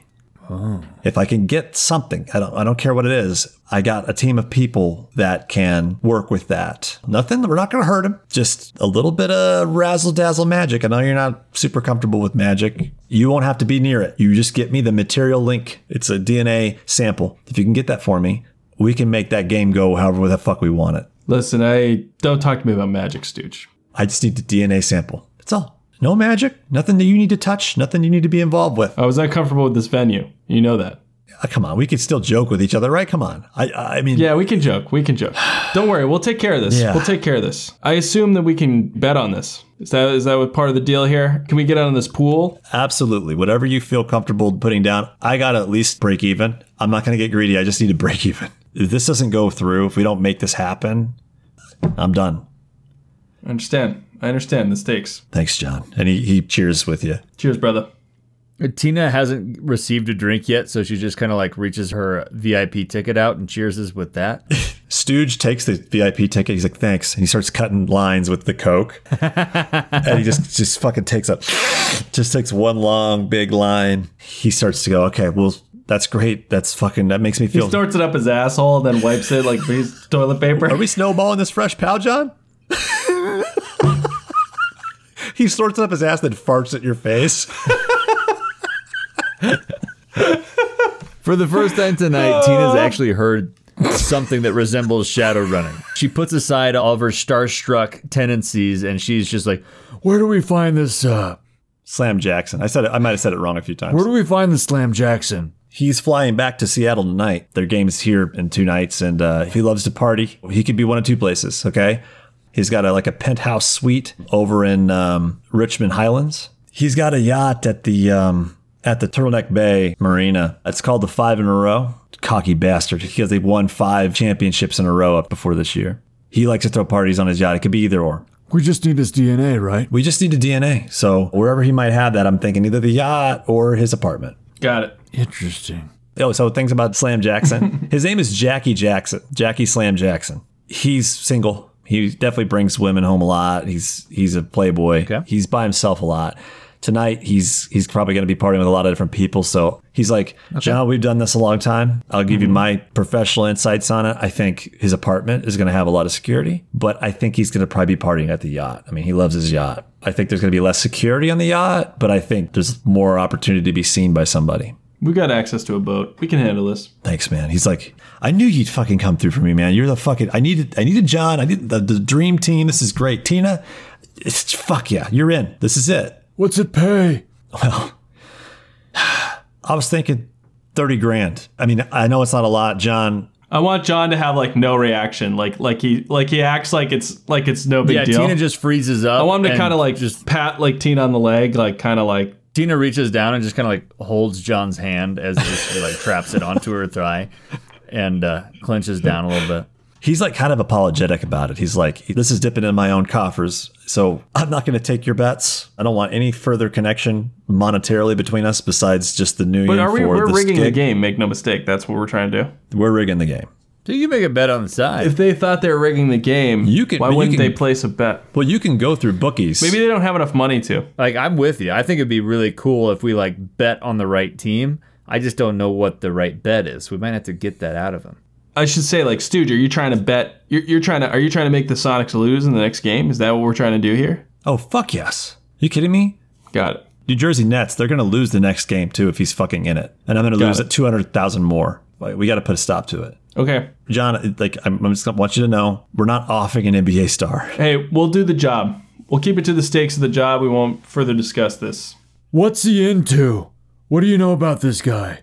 If I can get something, I don't, I don't care what it is. I got a team of people that can work with that. Nothing, we're not going to hurt him. Just a little bit of razzle dazzle magic. I know you're not super comfortable with magic. You won't have to be near it. You just get me the material link. It's a DNA sample. If you can get that for me, we can make that game go however the fuck we want it.
Listen, I don't talk to me about magic, Stooge.
I just need the DNA sample. That's all. No magic, nothing that you need to touch, nothing you need to be involved with.
I was uncomfortable with this venue. You know that.
Uh, come on, we could still joke with each other, right? Come on. I I mean,
Yeah, we can joke. We can joke. Don't worry, we'll take care of this.
Yeah.
We'll take care of this. I assume that we can bet on this. Is that is that what part of the deal here? Can we get on this pool?
absolutely. Whatever you feel comfortable putting down, I got to at least break even. I'm not going to get greedy. I just need to break even. If this doesn't go through, if we don't make this happen, I'm done.
I understand. I understand the stakes.
Thanks, John. And he, he cheers with you.
Cheers, brother.
Uh, Tina hasn't received a drink yet, so she just kind of like reaches her VIP ticket out and cheers us with that.
Stooge takes the VIP ticket. He's like, thanks. And he starts cutting lines with the Coke. and he just, just fucking takes up, just takes one long, big line. He starts to go, okay, well, that's great. That's fucking, that makes me feel.
Snorts it up his asshole, then wipes it like he's toilet
Are
paper.
we snowballing this fresh pal, John? he snorts it up his ass, then farts at your face.
For the first time tonight, Tina's actually heard something that resembles shadow running. She puts aside all of her starstruck tendencies and she's just like,
Where do we find this? Uh,
Slam Jackson. I said it, I might have said it wrong a few times.
where do we find this Slam Jackson?
He's flying back to Seattle tonight. Their game's here in two nights, and uh, if he loves to party, he could be one of two places. Okay, he's got a, like a penthouse suite over in um, Richmond Highlands. He's got a yacht at the um, at the Turtleneck Bay Marina. It's called the Five in a Row. Cocky bastard, because they've won five championships in a row up before this year. He likes to throw parties on his yacht. It could be either or.
We just need his DNA, right?
We just need a DNA. So wherever he might have that, I'm thinking either the yacht or his apartment.
Got it.
Interesting.
Oh, so things about Slam Jackson. His name is Jackie Jackson. Jackie Slam Jackson. He's single. He definitely brings women home a lot. He's he's a playboy.
Okay.
He's by himself a lot. Tonight he's he's probably going to be partying with a lot of different people. So he's like, John, we've done this a long time. I'll give you my professional insights on it. I think his apartment is going to have a lot of security, but I think he's going to probably be partying at the yacht. I mean, he loves his yacht. I think there's going to be less security on the yacht, but I think there's more opportunity to be seen by somebody.
We got access to a boat. We can handle this.
Thanks, man. He's like, I knew you'd fucking come through for me, man. You're the fucking. I needed. I needed John. I needed the, the dream team. This is great, Tina. It's fuck yeah. You're in. This is it.
What's it pay?
Well, I was thinking thirty grand. I mean, I know it's not a lot, John.
I want John to have like no reaction, like like he like he acts like it's like it's no big
yeah,
deal.
Tina just freezes up.
I want him to kind of like
just
just pat like Tina on the leg, like kind of like
Tina reaches down and just kind of like holds John's hand as she like traps it onto her thigh and uh, clenches down a little bit.
He's like kind of apologetic about it. He's like, this is dipping in my own coffers, so I'm not going to take your bets. I don't want any further connection monetarily between us besides just the new.
But are we?
for
We're
this
rigging the
gig.
game. Make no mistake. That's what we're trying to do.
We're rigging the game.
So you can make a bet on the side.
If they thought they were rigging the game,
You could-
why
but you
wouldn't
can-
they place a bet?
Well, you can go through bookies.
Maybe they don't have enough money to.
like I'm with you. I think it'd be really cool if we like bet on the right team. I just don't know what the right bet is. We might have to get that out of him.
I should say, like, Stooge, are you trying to bet? You're, you're trying to. Are you trying to make the Sonics lose in the next game? Is that what we're trying to do here?
Oh fuck yes! You kidding me?
Got it.
New Jersey Nets, they're going to lose the next game too if he's fucking in it. And I'm going to lose
it.
at 200,000 more. Like, we got to put a stop to it.
Okay.
John, like, I'm, I'm just going to want you to know we're not offing an NBA star.
Hey, we'll do the job. We'll keep it to the stakes of the job. We won't further discuss this.
What's he into? What do you know about this guy?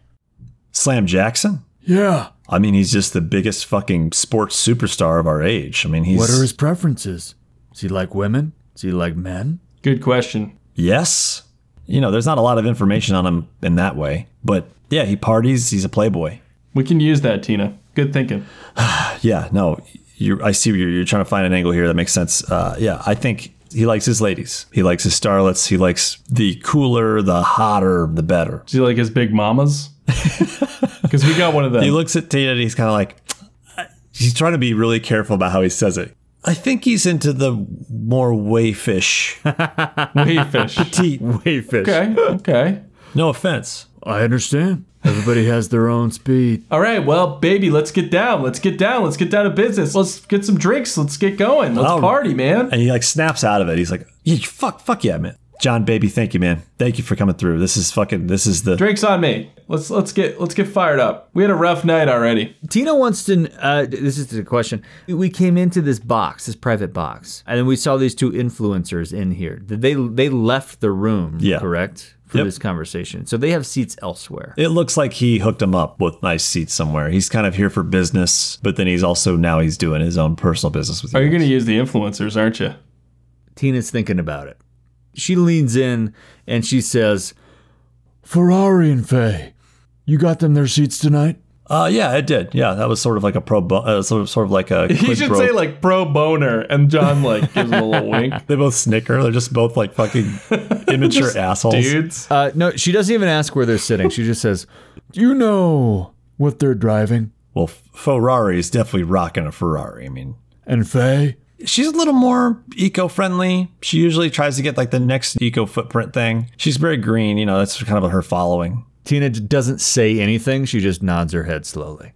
Slam Jackson?
Yeah.
I mean, he's just the biggest fucking sports superstar of our age. I mean, he's.
What are his preferences? Does he like women? Does he like men?
Good question.
yes. You know, there's not a lot of information on him in that way. But yeah, he parties. He's a playboy.
We can use that, Tina. Good thinking.
Yeah, no, you. I see you're, you're trying to find an angle here that makes sense. Uh, yeah, I think he likes his ladies. He likes his starlets. He likes the cooler, the hotter, the better.
Is he like his big mamas? Because we got one of them.
He looks at Tina and he's kind of like, he's trying to be really careful about how he says it. I think he's into the more wayfish.
Hey, fish.
T-
Wayfish.
Okay. Okay.
no offense.
I understand. Everybody has their own speed.
All right. Well, baby, let's get down. Let's get down. Let's get down to business. Let's get some drinks. Let's get going. Let's
Wow.
party, man.
And he like snaps out of it. He's like, yeah, fuck, fuck yeah, man. John, baby, thank you, man. Thank you for coming through. This is fucking. This is the.
Drinks on me. Let's let's get let's get fired up. We had a rough night already.
Tina wants to. Uh, this is the question. We came into this box, this private box, and then we saw these two influencers in here. Did They they left the room,
Yeah.
correct, for
Yep.
this conversation. So they have seats elsewhere.
It looks like he hooked him up with nice seats somewhere. He's kind of here for business, but then he's also now he's doing his own personal business with you.
Are you going to Oh, use the influencers, aren't you?
Tina's thinking about it. She leans in and she says,
Ferrari and Faye. You got them their seats tonight?
uh, yeah, it did. Yeah, that was sort of like a pro, bo- uh, sort of sort of like a.
He
quid
should
pro-
say like pro boner, and John like gives him a little wink.
They both snicker. They're just both like fucking immature assholes.
Dudes,
uh, "No." She doesn't even ask where they're sitting. She just says,
Do you know what they're driving?
Well, Ferrari is definitely rocking a Ferrari. I mean,
And Faye?
she's a little more eco-friendly. She usually tries to get like the next eco footprint thing. She's very green. You know, that's kind of her following.
"Tina j- doesn't say anything. She just nods her head slowly."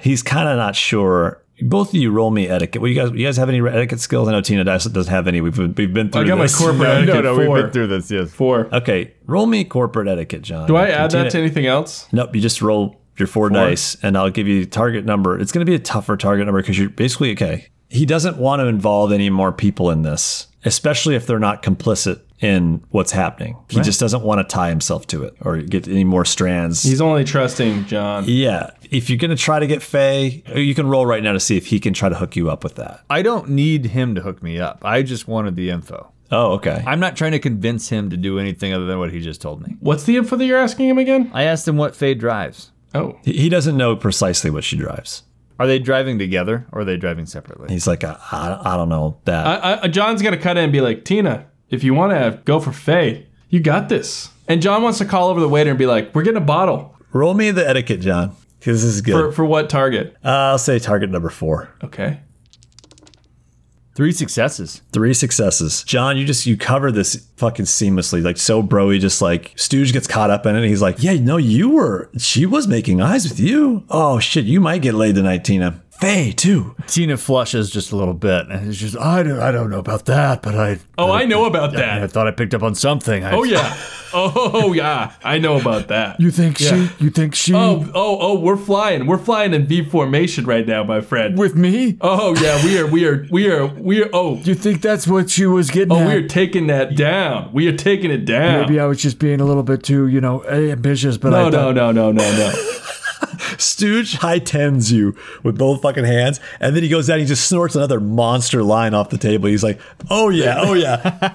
he's kind of not sure. Both of you roll me etiquette. Well, you guys, you guys have any etiquette skills? I know Tina Dyson doesn't have any. We've been- we've been through.
I got my
this.
corporate etiquette four. Uh,
this. Yes.
four.
Okay, roll me corporate etiquette, John.
Do I add that to anything else?
Nope. You just roll your four, dice, and I'll give you target number. It's going to be a tougher target number because you're basically okay. He doesn't want to involve any more people in this, especially if they're not complicit in what's happening. He just doesn't want to tie himself to it or get any more strands.
He's only trusting John.
yeah. If you're going to try to get Faye, you can roll right now to see if he can try to hook you up with that.
I don't need him to hook me up. I just wanted the info.
Oh, okay.
I'm not trying to convince him to do anything other than what he just told me.
What's the info that you're asking him again?
I asked him what Faye drives.
Oh,
He he doesn't know precisely what she drives.
Are they driving together or are they driving separately?
He's like, I, I, I don't know that.
I, I, John's gonna cut in and be like, Tina, if you want to go for Faye, you got this. And John wants to call over the waiter and be like, we're getting a bottle
Roll me the etiquette, John, because this is
for,
good.
for what target?
uh, I'll say target number four.
Okay.
Three successes.
Three successes. John, you just you cover this fucking seamlessly, like so broy. Just like Stooge gets caught up in it. And he's like, yeah, no, you were. She was making eyes with you. Oh shit, you might get laid tonight, Tina. Faye too.
Tina flushes just a little bit. And it's just,
I don't, I don't know about that, but I
Oh, I know about
I
that.
thought I picked up on something. I,
Oh yeah. Oh yeah. I know about that.
You think she? You think she?
Oh oh oh. We're flying. We're flying in V formation right now, my friend.
with me?
Oh yeah. We are. We are. We are. We are. Oh.
You think that's what she was getting
Oh,
at?
we are taking that down. We are taking it down.
Maybe I was just being a little bit too, you know, ambitious, but
no,
I
no,
thought,
no, no, no, no.
Stooge high tens you with both fucking hands, and then he goes down. He just snorts another monster line off the table. He's like, "Oh yeah, oh yeah."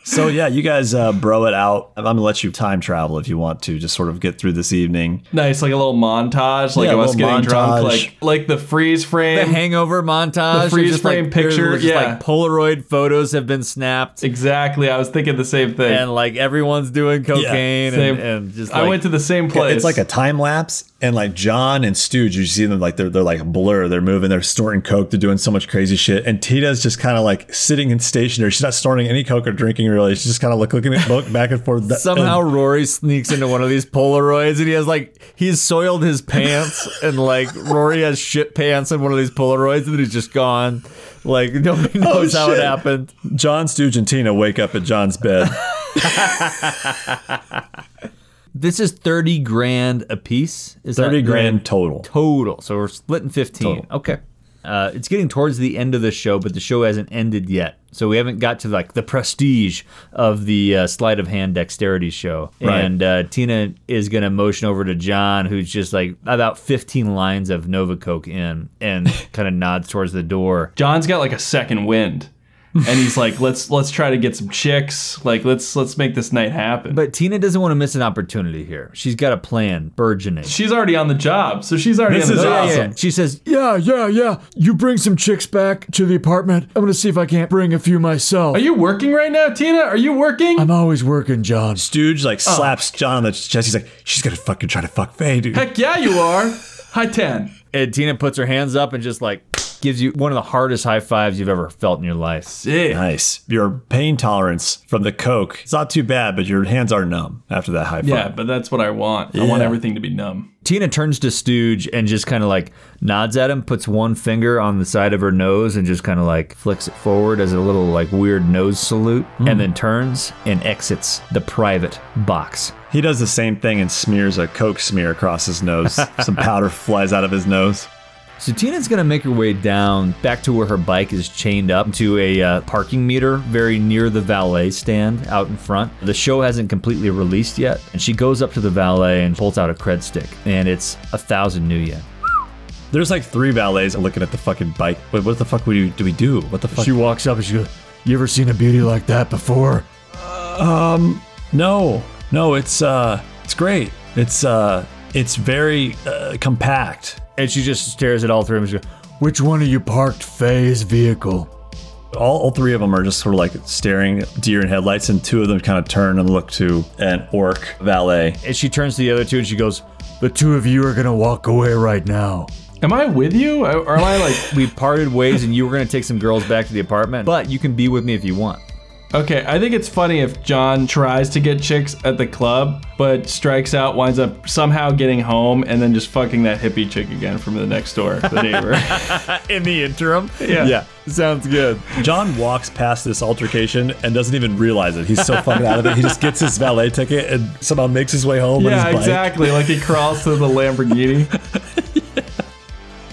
so yeah, you guys uh, bro it out. I'm gonna let you time travel if you want to, just sort of get through this evening.
Nice, like a little montage, like
Yeah, a
of us
little
getting drunk,
montage.
like like the freeze
the
frame.
hangover montage.
The freeze
It's just like-
frame picture,
there's Just
yeah.
like Polaroid photos have been snapped.
exactly, I was thinking the same thing.
And like everyone's doing cocaine
Same.
and, and just like,
I went to the same place.
It's like a time lapse, And like John and Stooge, you see them like they're they're like a blur. They're moving, they're snorting coke, they're doing so much crazy shit. And Tita's just kind of like sitting in stationary. She's not snorting any coke or drinking really. She's just kind of like looking at book back and forth.
Somehow Rory sneaks into one of these Polaroids and he has like he's soiled his pants and like Rory has shit pants in one of these Polaroids and he's just gone. Like nobody knows how it
Oh, shit.
happened.
And John, Stooge, and Tina wake up at John's bed.
This is thirty grand a piece. Is that
Thirty
the-
grand total.
total? So we're splitting fifteen.
Total.
Okay. Uh, it's getting towards the end of the show, but the show hasn't ended yet. So we haven't got to like the prestige of the uh, sleight of hand dexterity show.
Right.
And uh, Tina is going to motion over to John, who's just like about 15 lines of Nova Coke in and kind of nods towards the door.
John's got like a second wind, and he's like, let's let's try to get some chicks. Like let's let's make this night happen.
But Tina doesn't want to miss an opportunity here. She's got a plan burgeoning.
she's already on the job, so she's already
This
on the
is
job.
awesome.
She says,
Yeah, yeah, yeah. You bring some chicks back to the apartment. I'm gonna see if I can't bring a few myself.
Are you working right now, Tina? Are you working?
I'm always working, John.
Stooge like
Oh.
slaps John on the chest. He's like, she's gonna fucking try to fuck Faye, dude.
Heck yeah, you are. High ten.
and Tina puts her hands up and just like gives you one of the hardest high fives you've ever felt in your life.
Sick.
Nice. Your pain tolerance from the coke. It's not too bad, but your hands are numb after that high five.
Yeah, but that's what I want. I want
Yeah.
everything to be numb.
Tina turns to Stooge and just kind of like nods at him, puts one finger on the side of her nose and just kind of like flicks it forward as a little like weird nose salute, and then turns and exits the private box.
He does the same thing and smears a coke smear across his nose. Some powder flies out of his nose.
So Tina's gonna make her way down back to where her bike is chained up to a uh, parking meter very near the valet stand out in front. The show hasn't completely released yet, and she goes up to the valet and pulls out a cred stick, and it's a thousand new yen.
There's like three valets looking at the fucking bike. Wait, what the fuck do we do? We do? What the fuck?
She walks up and she goes, You ever seen a beauty like that before?
No, no, it's uh, it's great. It's uh, it's very uh, compact.
And she just stares at all three of them. She goes,
Which one of you parked Faye's vehicle?
All, all three of them are just sort of like staring deer in headlights, and two of them kind of turn and look to an orc valet.
and she turns to the other two and she goes,
The two of you are gonna walk away right now.
Am I with you? Or or am I like
We parted ways and you were gonna take some girls back to the apartment, but you can be with me if you want.
Okay, I think it's funny if John tries to get chicks at the club, but strikes out, winds up somehow getting home, and then just fucking that hippie chick again from the next door, the neighbor.
In the interim?
yeah.
Sounds good.
John walks past this altercation and doesn't even realize it. He's so fucking out of it. He just gets his valet ticket and somehow makes his way home on his
Yeah,
bike.
exactly. Like he crawls to the Lamborghini.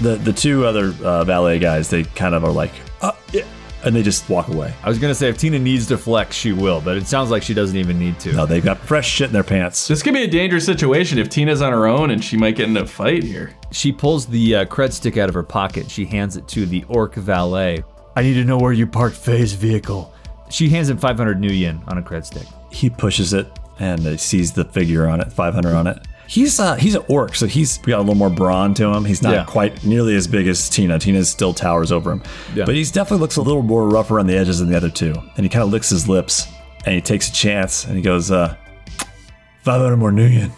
The the two other uh, valet guys, they kind of are like, uh, yeah, and they just walk away.
I was gonna say if Tina needs to flex, she will, but it sounds like she doesn't even need to.
No, Uh, they've got fresh shit in their pants.
This could be a dangerous situation if Tina's on her own and she might get in a fight here.
She pulls the uh, cred stick out of her pocket. She hands it to the orc valet.
I need to know where you parked Faye's vehicle.
She hands him 500 new yen on a cred stick.
He pushes it and he sees the figure on it, 500 on it. He's uh he's an orc, so he's got a little more brawn to him. He's not
Yeah.
quite nearly as big as Tina. Tina still towers over him,
Yeah.
but he's definitely looks a little more rough around the edges than the other two. And he kind of licks his lips and he takes a chance and he goes, uh, 500 more new yen.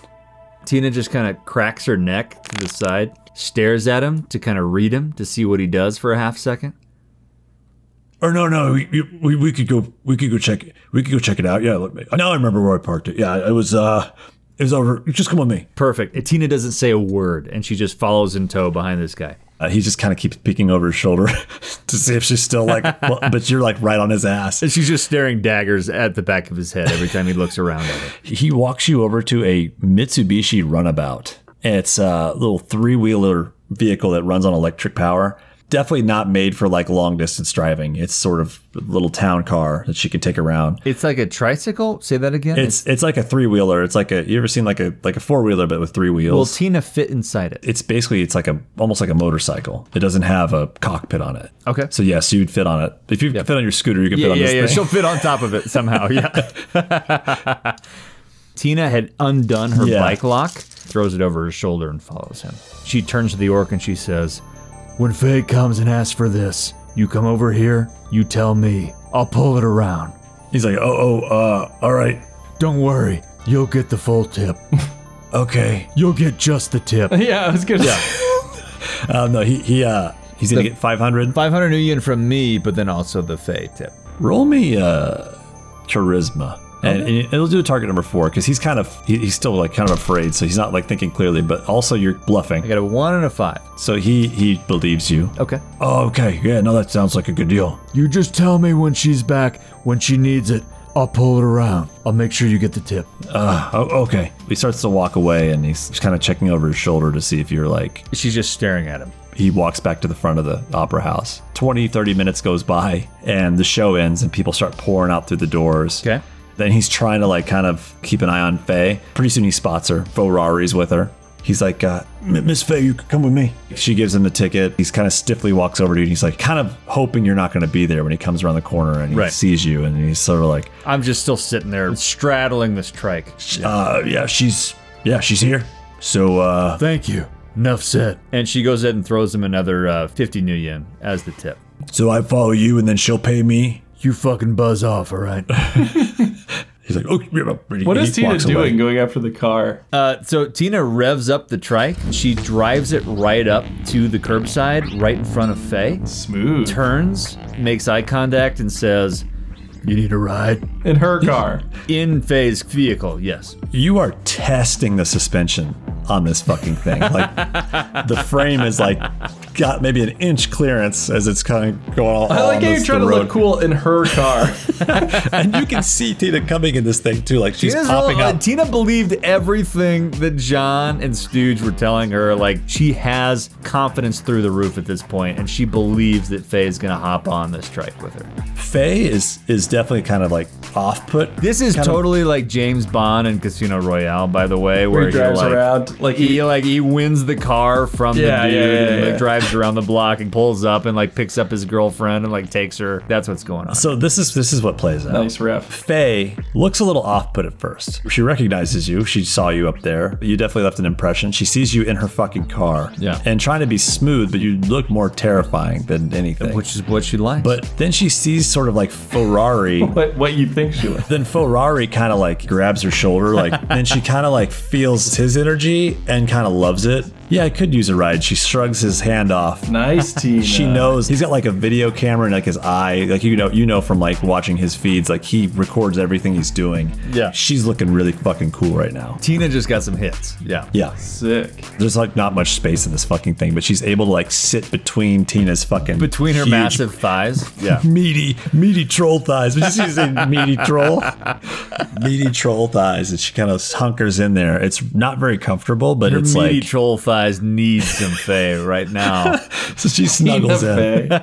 Tina just kind of cracks her neck to the side, stares at him to kind of read him to see what he does for a half second.
Or no, no, we, we, we could go, we could go check, we could go check it out. Yeah, look, now I remember where I parked it. Yeah, it was, uh, it was over. Just come with me.
Perfect. And Tina doesn't say a word, and she just follows in tow behind this guy.
Uh, he just kind of keeps peeking over his shoulder to see if she's still like, well, but you're like right on his ass.
And she's just staring daggers at the back of his head every time he looks around at her.
He walks you over to a Mitsubishi runabout. It's a little three wheeler vehicle that runs on electric power. Definitely not made for like long distance driving. It's sort of a little town car that she can take around.
It's like a tricycle. Say that again.
It's it's like a three wheeler. It's like a you ever seen like a like a four wheeler but with three
will
wheels.
Tina fit inside it?
it's basically it's like a almost like a motorcycle. It doesn't have a cockpit on it.
Okay.
So yes, you'd fit on it. If you fit on your scooter, you can fit on this thing.
She'll fit on top of it somehow. Yeah. Tina had undone her
Yeah.
bike lock, throws it over her shoulder, and follows him. She turns to the orc and she says,
When Faye comes and asks for this, you come over here, you tell me. I'll pull it around.
He's like, oh, oh, uh, all right.
Don't worry, you'll get the full tip.
okay.
You'll get just the tip.
Yeah, I was gonna. say
Um, no, he he uh he's gonna get five hundred.
500 new yen from me, but then also the Fey tip.
Roll me uh charisma. And, and it'll do target number four because he's kind of he, he's still like kind of afraid, so he's not like thinking clearly. But also, you're
I
bluffing,
got a one and a five.
so he he believes you.
Okay.
Oh, okay, yeah, no, that sounds like a good deal.
You just tell me when she's back, when she needs it. I'll pull it around. I'll make sure you get the tip.
Uh, oh, okay. He starts to walk away, and he's kind of checking over his shoulder to see if you're like
She's just staring at him.
he walks back to the front of the opera house 20 30 minutes goes by and the show ends and people start pouring out through the doors
Okay.
then he's trying to like kind of keep an eye on faye pretty soon he spots her ferrari's with her he's like uh, "M- miss faye you can come with me she gives him the ticket he's kind of stiffly walks over to you and he's like kind of hoping you're not going to be there when he comes around the corner and he
Right.
sees you and he's sort of like
I'm just still sitting there straddling this trike.
uh yeah she's yeah she's here so uh
Thank you. Enough said.
And she goes ahead and throws him another uh, 50 new yen as the tip.
so i follow you and then she'll pay me
You fucking buzz off, all right?
he's like oh
what is Tina doing going after the car?
Uh, so Tina revs up the trike. She drives it right up to the curbside, right in front of Faye.
Smooth.
Turns, makes eye contact, and says,
You need a ride?
In her car.
"In Faye's vehicle, yes."
you are testing the suspension on this fucking thing. Like the frame is like got maybe an inch clearance as it's kind of going all.
I like how
you
you're trying to look cool in her car.
and you can see Tina coming in this thing too. Like she's
Tina's
popping
real-
up.
uh, Tina believed everything that John and Stooge were telling her. Like she has confidence through the roof at this point, and she believes that Faye is gonna hop on this trike with her.
Faye is is definitely kind of like off put.
This is totally like James Bond in Casino Royale, by the way, where
he drives
like,
around like he,
He like he wins the car from
Yeah,
the dude
yeah, yeah,
and
yeah.
like drives around the block and pulls up and like picks up his girlfriend and like takes her. That's what's going on.
So this is this is what plays out.
nice ref.
Faye looks a little off put at first. She recognizes you. She saw you up there. You definitely left an impression. She sees you in her fucking car.
Yeah.
And trying to be smooth, but you look more terrifying than anything.
Which is what she likes.
But then she sees sort of like Ferrari.
What what you think she was?
then Ferrari kind of like grabs her shoulder, like, then she kind of like feels his energy and kind of loves it. Yeah, I could use a ride. She shrugs his hand off.
Nice Tina.
She knows he's got like a video camera and like his eye, like you know, you know from like watching his feeds, like he records everything he's doing.
Yeah.
she's looking really fucking cool right now.
Tina just got some hits. Yeah.
Yeah,
Sick.
there's like not much space in this fucking thing, but she's able to like sit between Tina's fucking
Between her
huge
massive thighs. Yeah.
meaty, meaty troll thighs. We just used to say meaty troll, meaty troll thighs, and she kind of hunkers in there. It's not very comfortable, but
Her
it's
meaty
like
troll thighs need some Faye right now.
so she
Tina
snuggles in.
Fey.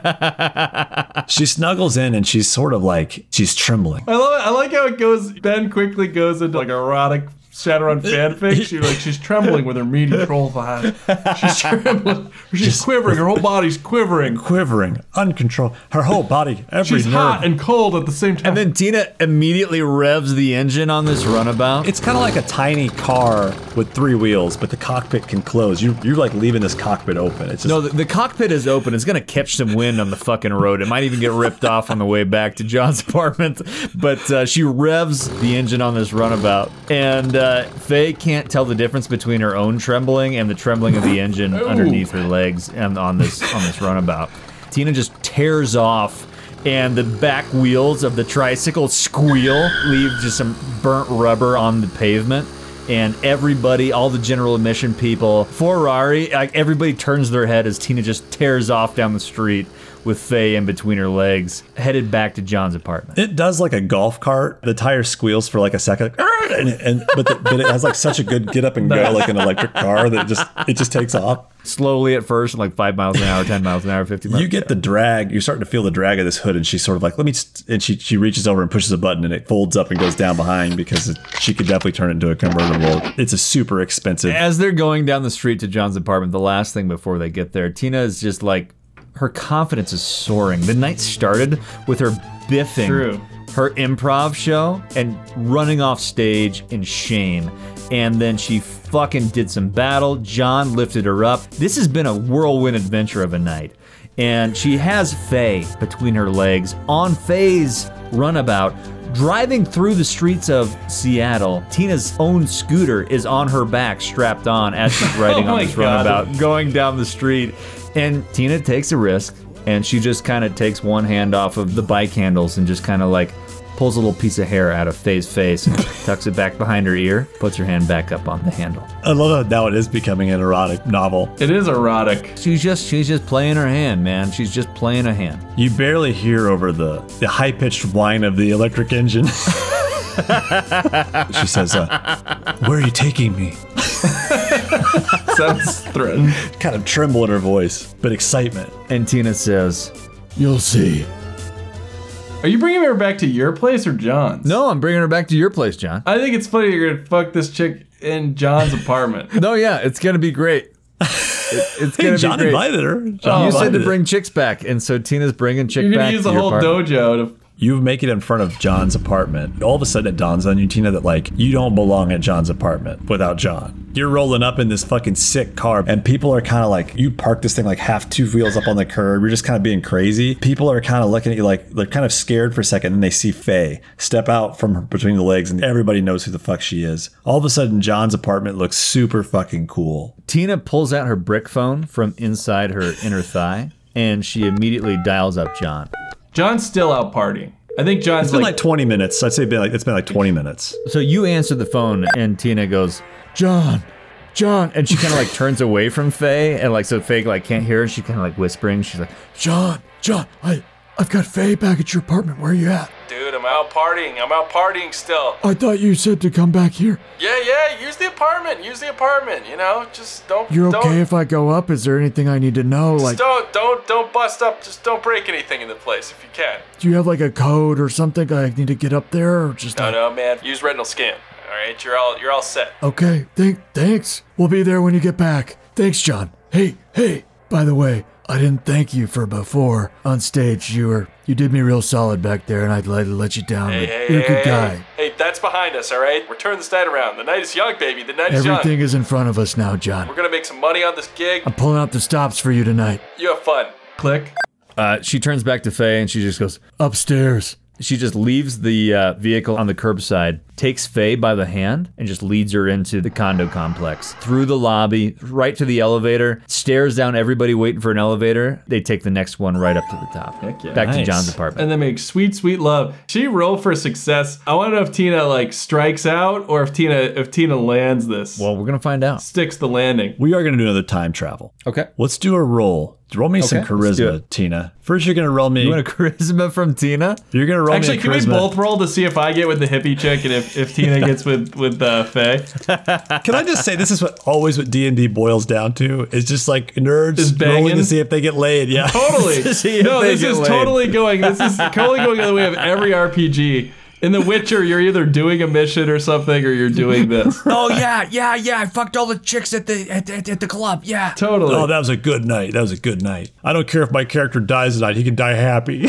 She snuggles in, and she's sort of like she's trembling.
I love it. I like how it goes. Ben quickly goes into like erotic Shadowrun fanfic. She like she's trembling with her meaty troll thighs. She's trembling. She's quivering. Her whole body's quivering.
Quivering, uncontrolled, her whole body, every
She's
nerve.
hot and cold at the same time.
and then Tina immediately revs the engine on this runabout.
It's kind of like a tiny car with three wheels, but the cockpit can close. You you're like leaving this cockpit open. It's just
no, the, the cockpit is open. It's gonna catch some wind on the fucking road. It might even get ripped off on the way back to John's apartment. But uh, she revs the engine on this runabout, and uh, Faye can't tell the difference between her own trembling and the trembling of the engine underneath her legs and on this on this runabout. Tina just tears off. And the back wheels of the tricycle squeal, leave just some burnt rubber on the pavement and everybody, all the general admission people, Ferrari, like everybody turns their head as Tina just tears off down the street with Faye in between her legs, headed back to John's apartment.
It does like a golf cart. The tire squeals for like a second, like, "Arr!" and, and but, the, but it has like such a good get up and go, like an electric car that just it just takes off.
Slowly at first, like five miles an hour, ten miles an hour, fifty miles.
You get the drag. You're starting to feel the drag of this hood, and she's sort of like, "Let me." Just, and she she reaches over and pushes a button, and it folds up and goes down behind because it, she could definitely turn it into a convertible. It's a super expensive.
As they're going down the street to John's apartment, the last thing before they get there, Tina is just like, her confidence is soaring. The night started with her biffing
True.
her improv show and running off stage in shame. And then she fucking did some battle. John lifted her up. This has been a whirlwind adventure of a night. And she has Faye between her legs on Faye's runabout, Driving through the streets of Seattle, Tina's own scooter is on her back, strapped on as she's riding
Oh
on
my
this
God.
runabout, going down the street. And Tina takes a risk and she just kind of takes one hand off of the bike handles and just kind of like pulls a little piece of hair out of Faye's face and tucks it back behind her ear, puts her hand back up on the handle.
I love how now it is becoming an erotic novel.
It is erotic.
She's just she's just playing her hand, man. She's just playing a hand.
You barely hear over the, the high pitched whine of the electric engine. she says, uh, Where are you taking me?
Sounds threatened.
Kind of tremble in her voice, but excitement.
And Tina says,
You'll see.
Are you bringing her back to your place or John's?
"No, I'm bringing her back to your place, John."
I think it's funny you're gonna fuck this chick in John's apartment.
No, yeah, it's gonna be great. It- it's gonna
Hey,
be
John
great. Oh,
invited her. John
you said
invited
to
her.
bring chicks back, and so Tina's bringing chick
You're
back.
gonna use
to
the
your
whole
apartment.
dojo
You make it in front of John's apartment. All of a sudden, it dawns on you, Tina, that like you don't belong at John's apartment without John. You're rolling up in this fucking sick car, and people are kind of like, you park this thing like half two wheels up on the curb. You're just kind of being crazy. People are kind of looking at you like they're kind of scared for a second, and they see Faye step out from between the legs, and everybody knows who the fuck she is. All of a sudden, John's apartment looks super fucking cool.
Tina pulls out her brick phone from inside her inner thigh, and she immediately dials up John.
to John's still out partying. I think John's
It's been
like,
like 20 minutes. I'd say been like, it's been like 20 minutes.
So you answer the phone, and Tina goes,
John. John.
and she kind of like turns away from Faye, and like so Faye like can't hear, her, and she kind of like whispering. She's like,
John. John. I I've got Faye back at your apartment. Where you at?
dude, I'm out partying. I'm out partying still.
I thought you said to come back here.
Yeah, yeah. Use the apartment. Use the apartment. You know, just don't.
You're
don't,
okay if I go up? Is there anything I need to know? Like,
don't don't don't bust up. Just don't break anything in the place if you can.
do you have like a code or something I need to get up there or just
No, no, man. Use retinal scan. All right, you're all you're all set.
Okay, thank thanks. We'll be there when you get back. Thanks, John. Hey, hey. By the way, I didn't thank you for before on stage. You were you did me real solid back there, and I'd let let you down.
Hey,
but
hey,
you're a
hey,
good
hey,
guy.
Hey, Hey, that's behind us. All right, we're turning this night around. The night is young, baby. The night is young.
Everything is in front of us now, John.
We're gonna make some money on this gig.
I'm pulling out the stops for you tonight.
You have fun. Click.
uh, she turns back to Faye, and she just goes,
Upstairs.
she just leaves the uh, vehicle on the curbside, takes Faye by the hand, and just leads her into the condo complex, through the lobby, right to the elevator, stares down everybody waiting for an elevator. They take the next one right up to the top. Back to
Nice.
John's apartment.
and then make sweet, sweet love. She rolled for success. I want to know if Tina like strikes out or if Tina if Tina lands this.
Well, we're going to find out.
sticks the landing.
We are going to do another time travel.
Okay.
Let's do a roll. Roll me some
Okay, let's do
charisma, Tina. First, you're gonna roll me.
You want a charisma from Tina?
You're gonna roll
Actually,
me a
can we
charisma.
both roll to see if I get with the hippie chick and if, if Tina gets with with uh, Faye?
Can I just say this is what always what D and D boils down to? Is just like nerds
Is banging.
rolling to see if they get laid. Yeah.
Totally.
See if
no,
they
this
get
is
laid.
totally going. This is totally going the way of every RPG. In The Witcher, you're either doing a mission or something, or you're doing this.
Oh yeah, yeah, yeah. I fucked all the chicks at the at, at, at the club. Yeah.
Totally.
Oh, that was a good night. That was a good night. I don't care if my character dies tonight. He can die happy.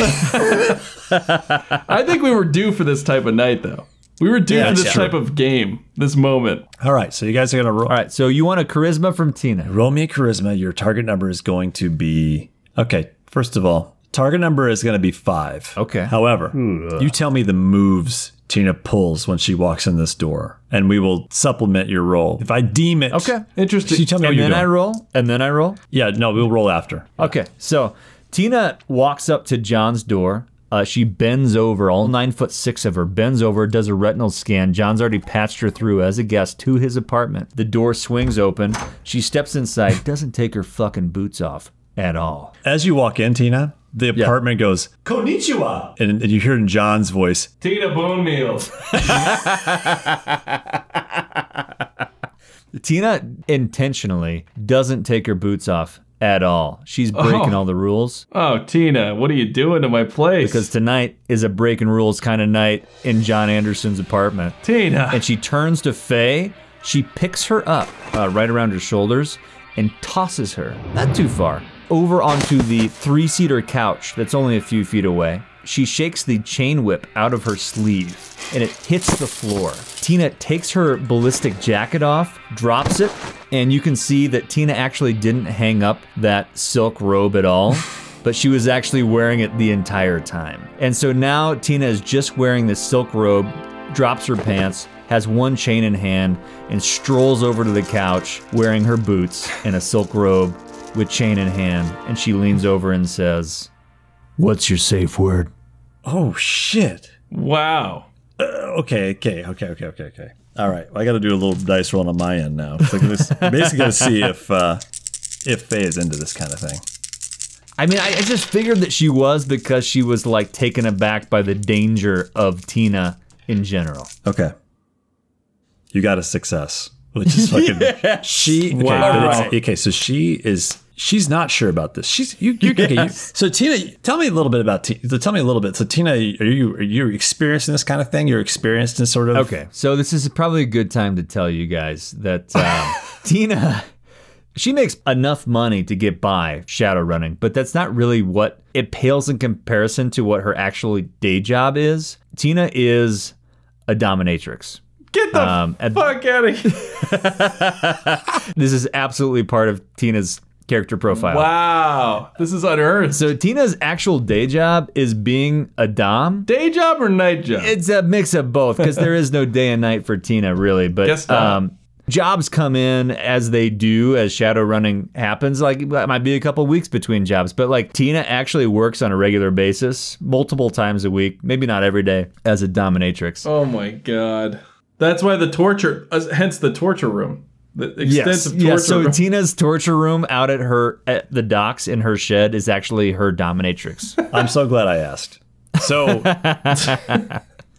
I think we were due for this type of night, though. We were due
Yeah,
for this
sure.
type of game, this moment.
All right. So you guys are gonna roll.
All right, so you want a charisma from Tina.
Roll me a charisma. Your target number is going to be okay. First of all, target number is going to be five.
Okay.
However, you tell me the moves Tina pulls when she walks in this door, and we will supplement your roll if I deem it.
Okay.
Interesting.
You tell me what
And
you're
then I
doing.
roll, and then I roll.
yeah. No, we'll roll after.
Okay, so Tina walks up to John's door. Uh, she bends over, all nine foot six of her bends over, does a retinal scan. John's already patched her through as a guest to his apartment. The door swings open. She steps inside, doesn't take her fucking boots off at all.
As you walk in, Tina, the apartment goes Konnichiwa, and, and you hear it in John's voice.
Tina Bone Meal.
Tina intentionally doesn't take her boots off at all. She's breaking all the rules
Oh, Tina, what are you doing to my place?
because tonight is a breaking rules kind of night in John Anderson's apartment.
Tina.
and she turns to Faye. She picks her up uh, right around her shoulders and tosses her, not too far, over onto the three seater couch that's only a few feet away. She shakes the chain whip out of her sleeve and it hits the floor. Tina takes her ballistic jacket off, drops it, and you can see that Tina actually didn't hang up that silk robe at all. but she was actually wearing it the entire time. And so now Tina is just wearing this silk robe, drops her pants, has one chain in hand, and strolls over to the couch wearing her boots and a silk robe with chain in hand. And she leans over and says,
What's your safe word?
Oh shit.
Wow.
Okay, okay, okay, okay, okay, okay. All right, I got to do a little dice roll on my end now. So I'm gonna- basically going to see if uh, if Faye is into this kind of thing.
I mean, I, I just figured that she was because she was like taken aback by the danger of Tina in general.
Okay, you got a success, which is fucking. She okay,
Wow.
but it's- okay, so she is. She's not sure about this. She's you. you okay, you- so Tina, tell me a little bit about Tina. Tell me a little bit. So Tina, are you are you experiencing this kind of thing? You're experienced in sort of
Okay, so this is probably a good time to tell you guys that um, Tina, she makes enough money to get by shadow running, but that's not really what it pales in comparison to what her actual day job is. Tina is a dominatrix.
Get the
Um, at-
fuck out of here.
this is absolutely part of Tina's character profile.
Wow. This is unearthed.
So Tina's actual day job is being a dom.
Day job or night job?
It's a mix of both because there is no day and night for Tina, really. But um,
Guess not.
jobs come in as they do as shadow running happens. Like it might be a couple weeks between jobs, but like Tina actually works on a regular basis, multiple times a week, maybe not every day, as a dominatrix.
oh my god. That's why the torture, uh, hence the torture room. The
Yes.
extensive torture
Yeah, so
room.
Tina's torture room out at her at the docks in her shed is actually her dominatrix.
I'm so glad I asked. So,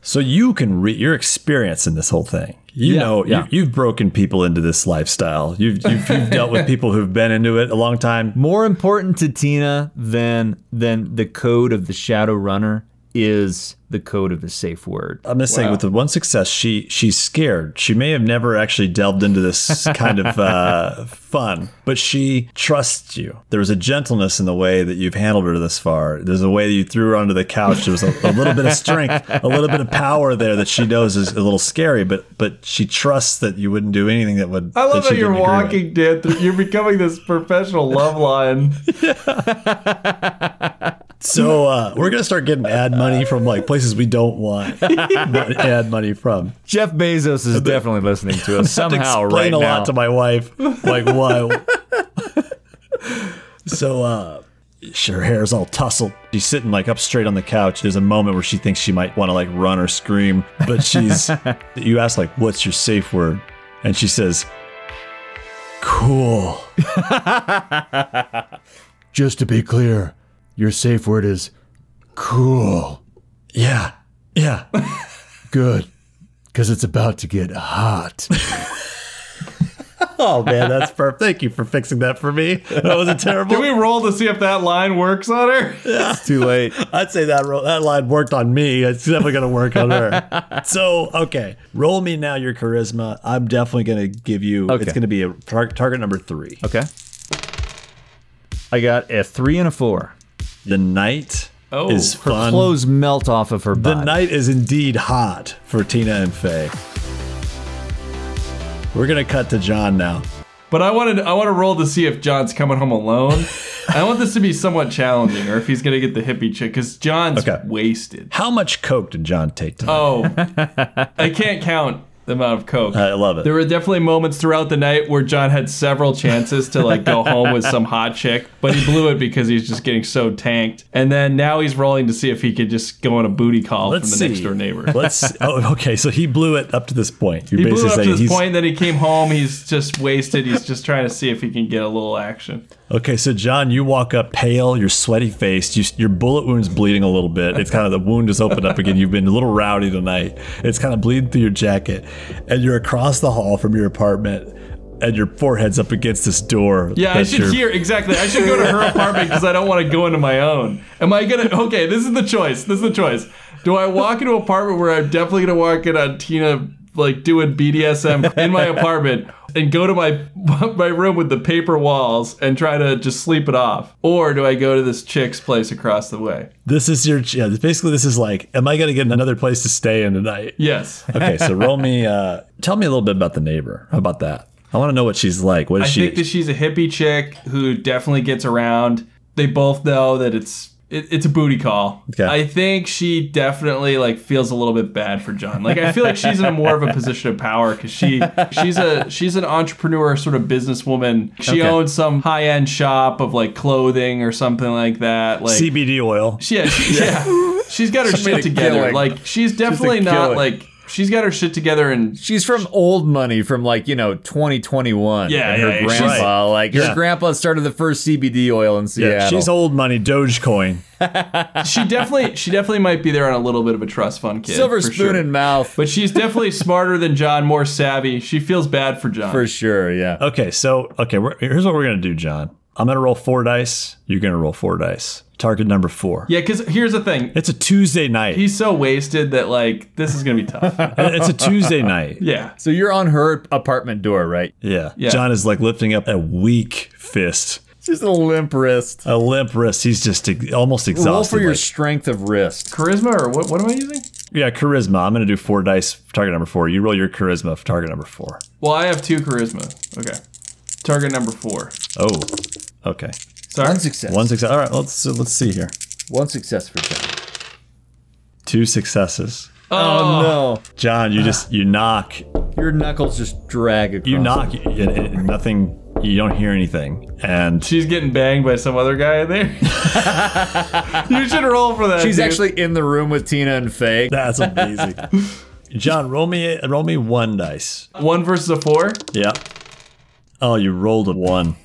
so you can re- you're experiencing this whole thing. You know,
yeah.
You, you've broken people into this lifestyle. You've, you've you've dealt with people who've been into it a long time.
More important to Tina than than the code of the shadow runner is the code of the safe word.
I'm just saying, with the one success, she she's scared. She may have never actually delved into this kind of uh, fun, but she trusts you. There was a gentleness in the way that you've handled her this far. There's a way that you threw her onto the couch. There was a, a little bit of strength, a little bit of power there that she knows is a little scary, but but she trusts that you wouldn't do anything that would.
I
that
love how
she
you're
didn't agree with.
walking, Dan. Through, you're becoming this professional love line.
So uh, we're gonna start getting ad money from like places we don't want but ad money from.
Jeff Bezos is definitely listening to us
to
somehow right
explain a
now.
lot to my wife, like why. so, uh, sh- her hair's all tousled. She's sitting like up straight on the couch. There's a moment where she thinks she might want to like run or scream, but she's. you ask like, "What's your safe word?" And she says, "Cool."
Just to be clear, your safe word is cool.
Yeah, yeah.
Good, because it's about to get hot.
Oh man, that's perfect. Thank you for fixing that for me. That was a terrible.
Can we roll to see if that line works on her?
It's too late.
I'd say that ro- that line worked on me. It's definitely gonna work on her. so okay, roll me now your charisma. I'm definitely gonna give you.
Okay.
It's gonna be a tar- target number three.
Okay. I got a three and a four.
The night
Oh,
is
Her
fun.
clothes melt off of her
the
body.
night is indeed hot for Tina and Faye. We're gonna cut to John now.
But I wanted I want to roll to see if John's coming home alone. I want this to be somewhat challenging, or if he's gonna get the hippie chick, because John's
Okay.
wasted.
How much coke did John take tonight?
Oh, I can't count the amount of coke.
I love it.
There were definitely moments throughout the night where John had several chances to like go home with some hot chick, but he blew it because he's just getting so tanked. And then now he's rolling to see if he could just go on a booty call
Let's
from the
see.
next door neighbor.
Let's. Oh, okay. So he blew it up to this point. You're
He blew up
saying
to this
he's-
point, then he came home. He's just wasted. He's just trying to see if he can get a little action.
Okay, so John, you walk up pale, you're sweaty faced, you, your bullet wound's bleeding a little bit. It's kind of the wound is opened up again. You've been a little rowdy tonight. It's kind of bleeding through your jacket, and you're across the hall from your apartment, and your forehead's up against this door.
Yeah, I
that
should
you're-
hear exactly. I should go to her apartment because I don't want to go into my own. Am I gonna? Okay, this is the choice. This is the choice. Do I walk into an apartment where I'm definitely gonna walk in on Tina like doing BDSM in my apartment and go to my my room with the paper walls and try to just sleep it off, or do I go to this chick's place across the way?
This is your. Yeah, basically, this is like, am I going to get another place to stay in tonight?
Yes.
Okay, so roll me. Uh, tell me a little bit about the neighbor. How about that? I want to know what she's like. What is
I
she?
think that she's a hippie chick who definitely gets around. They both know that it's it, it's a booty call.
Okay.
I think she definitely like feels a little bit bad for John. Like I feel like she's in a more of a position of power because she she's a she's an entrepreneur sort of businesswoman. She
Okay.
owns some high end shop of like clothing or something like that. Like
CBD oil.
yeah, she, yeah. She's got her shit together.
killing.
Like she's definitely not
killing.
like she's got her shit together and
She's from old money from like, you know, 2021.
Yeah,
and her
yeah, yeah, she's-
grandpa. Like, her
Yeah.
grandpa started the first CBD oil in Seattle.
Yeah, she's old money. Dogecoin.
she definitely she definitely might be there on a little bit of a trust fund kid.
Silver
for
spoon
sure.
in mouth.
But she's definitely smarter than John, more savvy. She feels bad for John.
For sure, yeah.
Okay, so okay, we're, here's what we're gonna do, John. I'm gonna roll four dice. You're gonna roll four dice. Target number four.
yeah, because here's the thing.
It's a Tuesday night.
He's so wasted that like this is gonna be tough.
it's a Tuesday night.
yeah.
So you're on her apartment door, right?
Yeah.
Yeah.
John is like lifting up a weak fist,
Just a limp wrist.
a limp wrist. He's just ex- almost exhausted.
Roll for your
like-
strength of wrist.
Charisma or what what am I using?
yeah, charisma. I'm gonna do four dice. Target number four. You roll your charisma. for Target number four.
Well, I have two charisma. Okay. Target number four.
Oh, okay.
Sorry.
One success.
One success. All right. Let's let's see here.
One success for John.
Two successes.
Oh,
John, you just you knock
no. Your knuckles just drag across.
you knock and, and nothing. You don't hear anything, and
She's getting banged by some other guy in there. you should roll for that.
She's
dude.
actually in the room with Tina and Faye.
That's amazing. John, roll me roll me one dice.
one versus a four.
Yeah. Oh, you rolled a one.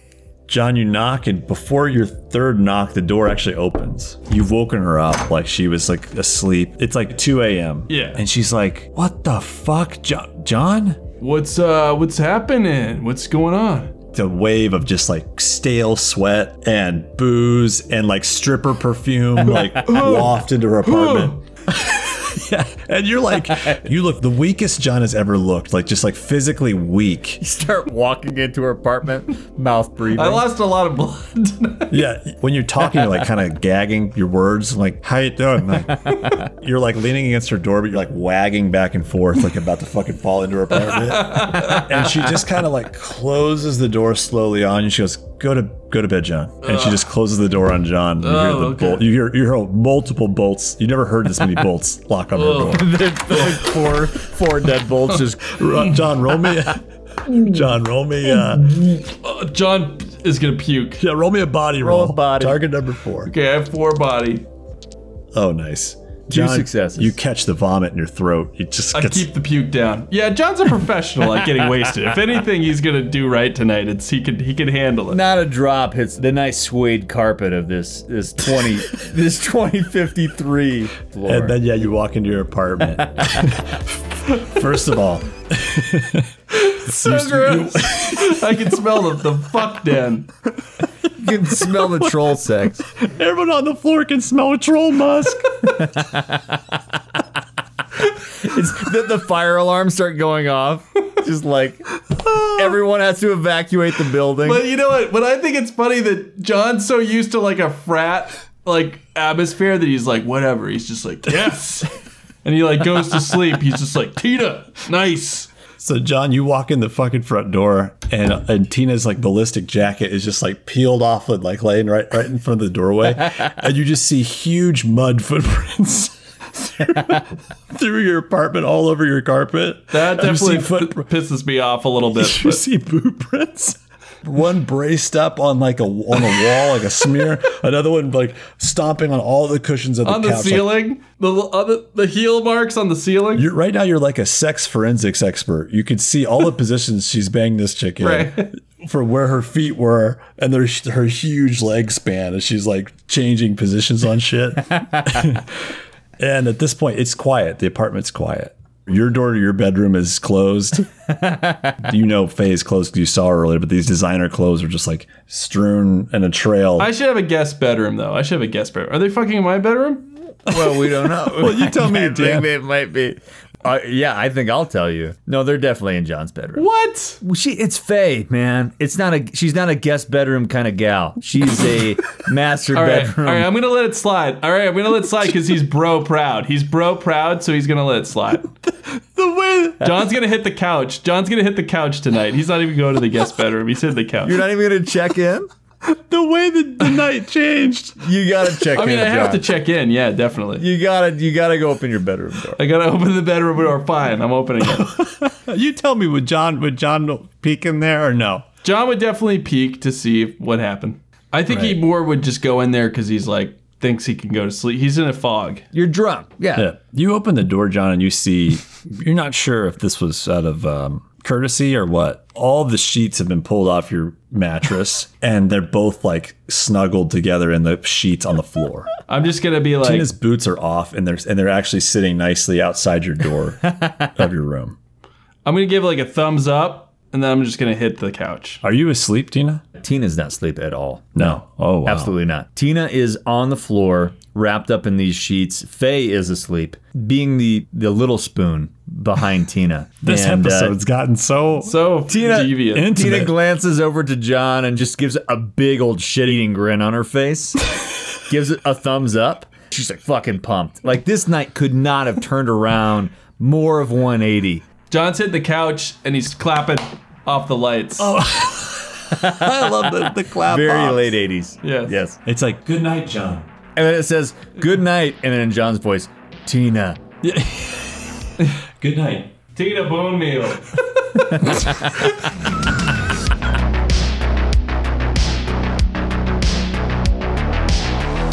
John, you knock, and before your third knock, the door actually opens. You've woken her up like she was like asleep. It's like 2 a.m.
Yeah.
And she's like, What the fuck, John? John?
What's uh what's happening? What's going on?
The wave of just like stale sweat and booze and like stripper perfume like waft into her apartment. yeah. And you're like, you look the weakest John has ever looked, like just like physically weak.
Start walking into her apartment, mouth breathing.
I lost a lot of blood tonight.
Yeah, when you're talking, you're like kind of gagging your words, like "How you doing?" Like, you're like leaning against her door, but you're like wagging back and forth, like about to fucking fall into her apartment. and she just kind of like closes the door slowly on you. She goes, "Go to go to bed, John." And she just closes the door on John. You hear
Oh,
the
okay.
bolt. You hear you hear multiple bolts. You never heard this many bolts lock on her door.
There's like four, four deadbolts just
Ro- John, roll me. John, roll me. Uh,
Uh, John is gonna puke.
yeah, roll me a body roll.
Roll a body.
Target number four.
Okay, I have four body.
Oh, nice. Two
successes.
You catch the vomit in your throat. It just
I
gets.
keep the puke down. Yeah, John's a professional at getting wasted. If anything he's gonna do right tonight, it's he could he could handle it.
Not a drop hits the nice suede carpet of this this twenty this twenty fifty three floor.
and then yeah, you walk into your apartment. First of all,
So gross. I can smell the, the fuck down.
you can smell the troll sex.
everyone on the floor can smell a troll musk.
It's the, the fire alarms start going off. Just like everyone has to evacuate the building.
But you know what? But I think it's funny that John's so used to like a frat like atmosphere that he's like, whatever. He's just like, yes. and he like goes to sleep. He's just like, Tina, nice.
so John, you walk in the fucking front door, and and Tina's like ballistic jacket is just like peeled off and like laying right right in front of the doorway, and you just see huge mud footprints. through your apartment all over your carpet
That
And you see
definitely
foot-
p- pisses me off a little bit.
you
but-
see boot prints. One braced up on like a on a wall, like a smear. Another one like stomping on all the cushions of the
on the
couch. Like,
ceiling, the the other the heel marks on the ceiling.
you're, right now, you're like a sex forensics expert. You could see all the positions she's banged this chick in,
Right.
from where her feet were and their her huge leg span, and she's like changing positions on shit. and at this point, it's quiet. The apartment's quiet. Your door to your bedroom is closed. you know Faye's clothes because you saw her earlier, but these designer clothes are just like strewn in a trail.
I should have a guest bedroom though. I should have a guest bedroom. Are they fucking in my bedroom?
well, we don't know. well,
you tell me,
I
Dan.
think it might be. Uh, yeah, I think I'll tell you. No, they're definitely in John's bedroom.
What?
Well, she it's Faye, man. It's not a she's not a guest bedroom kind of gal. She's a master
All right, all
bedroom.
right. I'm gonna let it slide. All right, I'm gonna let it slide because he's bro proud. He's bro proud, so he's gonna let it slide.
the way
John's gonna hit the couch. John's gonna hit the couch tonight. He's not even going to the guest bedroom. He's hitting the couch.
You're not even gonna check in.
the way the, the night changed.
You gotta check
I
in,
mean, I have to
John.
check in. Yeah, definitely.
you gotta you gotta go open your bedroom door.
I gotta open the bedroom door. Fine, I'm opening it.
You tell me, would John would John peek in there or no?
John would definitely peek to see what happened. I think he more would just go in there because he's like thinks he can go to sleep. He's in a fog.
You're drunk. Yeah.
Yeah. You open the door, John, and you see you're not sure if this was out of um, courtesy or what. All the sheets have been pulled off your mattress, and they're both like snuggled together in the sheets on the floor.
I'm just gonna be like,
Tina's boots are off, and they're and they're actually sitting nicely outside your door of your room.
I'm gonna give like a thumbs up, and then I'm just gonna hit the couch.
Are you asleep, Tina?
Tina's not asleep at all.
No. Oh, wow.
Absolutely not. Tina is on the floor, wrapped up in these sheets. Faye is asleep, being the the little spoon behind Tina.
This
And, uh,
episode's gotten so.
So
Tina,
devious.
Tina
Intimate.
glances over to John and just gives a big old shit-eating grin on her face. gives it a thumbs up. She's like fucking pumped. Like this night could not have turned around more of 180.
John's hit the couch and he's clapping off the lights. Oh,
I love the, the clap.
Very
box.
late 80s.
yes.
Yes.
It's like good night, John.
And then it says good night and then in John's voice, Tina.
Good night.
Tina Bone Meal.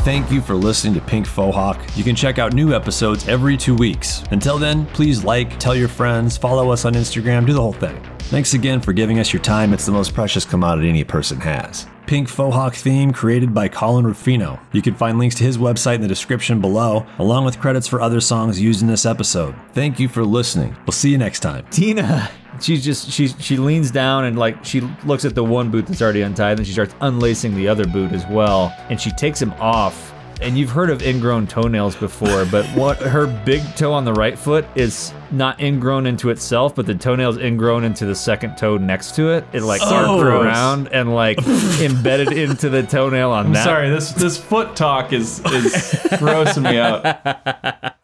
Thank you for listening to Pink Fohawk. You can check out new episodes every two weeks. Until then, please like, tell your friends, follow us on Instagram, do the whole thing. Thanks again for giving us your time. It's the most precious commodity any person has. Pink Fohawk theme created by Colin Ruffino. You can find links to his website in the description below, along with credits for other songs used in this episode. Thank you for listening. We'll see you next time.
Tina. She's just she she leans down and like she looks at the one boot that's already untied, then she starts unlacing the other boot as well, and she takes him off. And you've heard of ingrown toenails before, but what her big toe on the right foot is not ingrown into itself, but the toenail's ingrown into the second toe next to it. It like arced
gross.
around and like embedded into the toenail on
I'm
that.
sorry, this this foot talk is is grossing me out.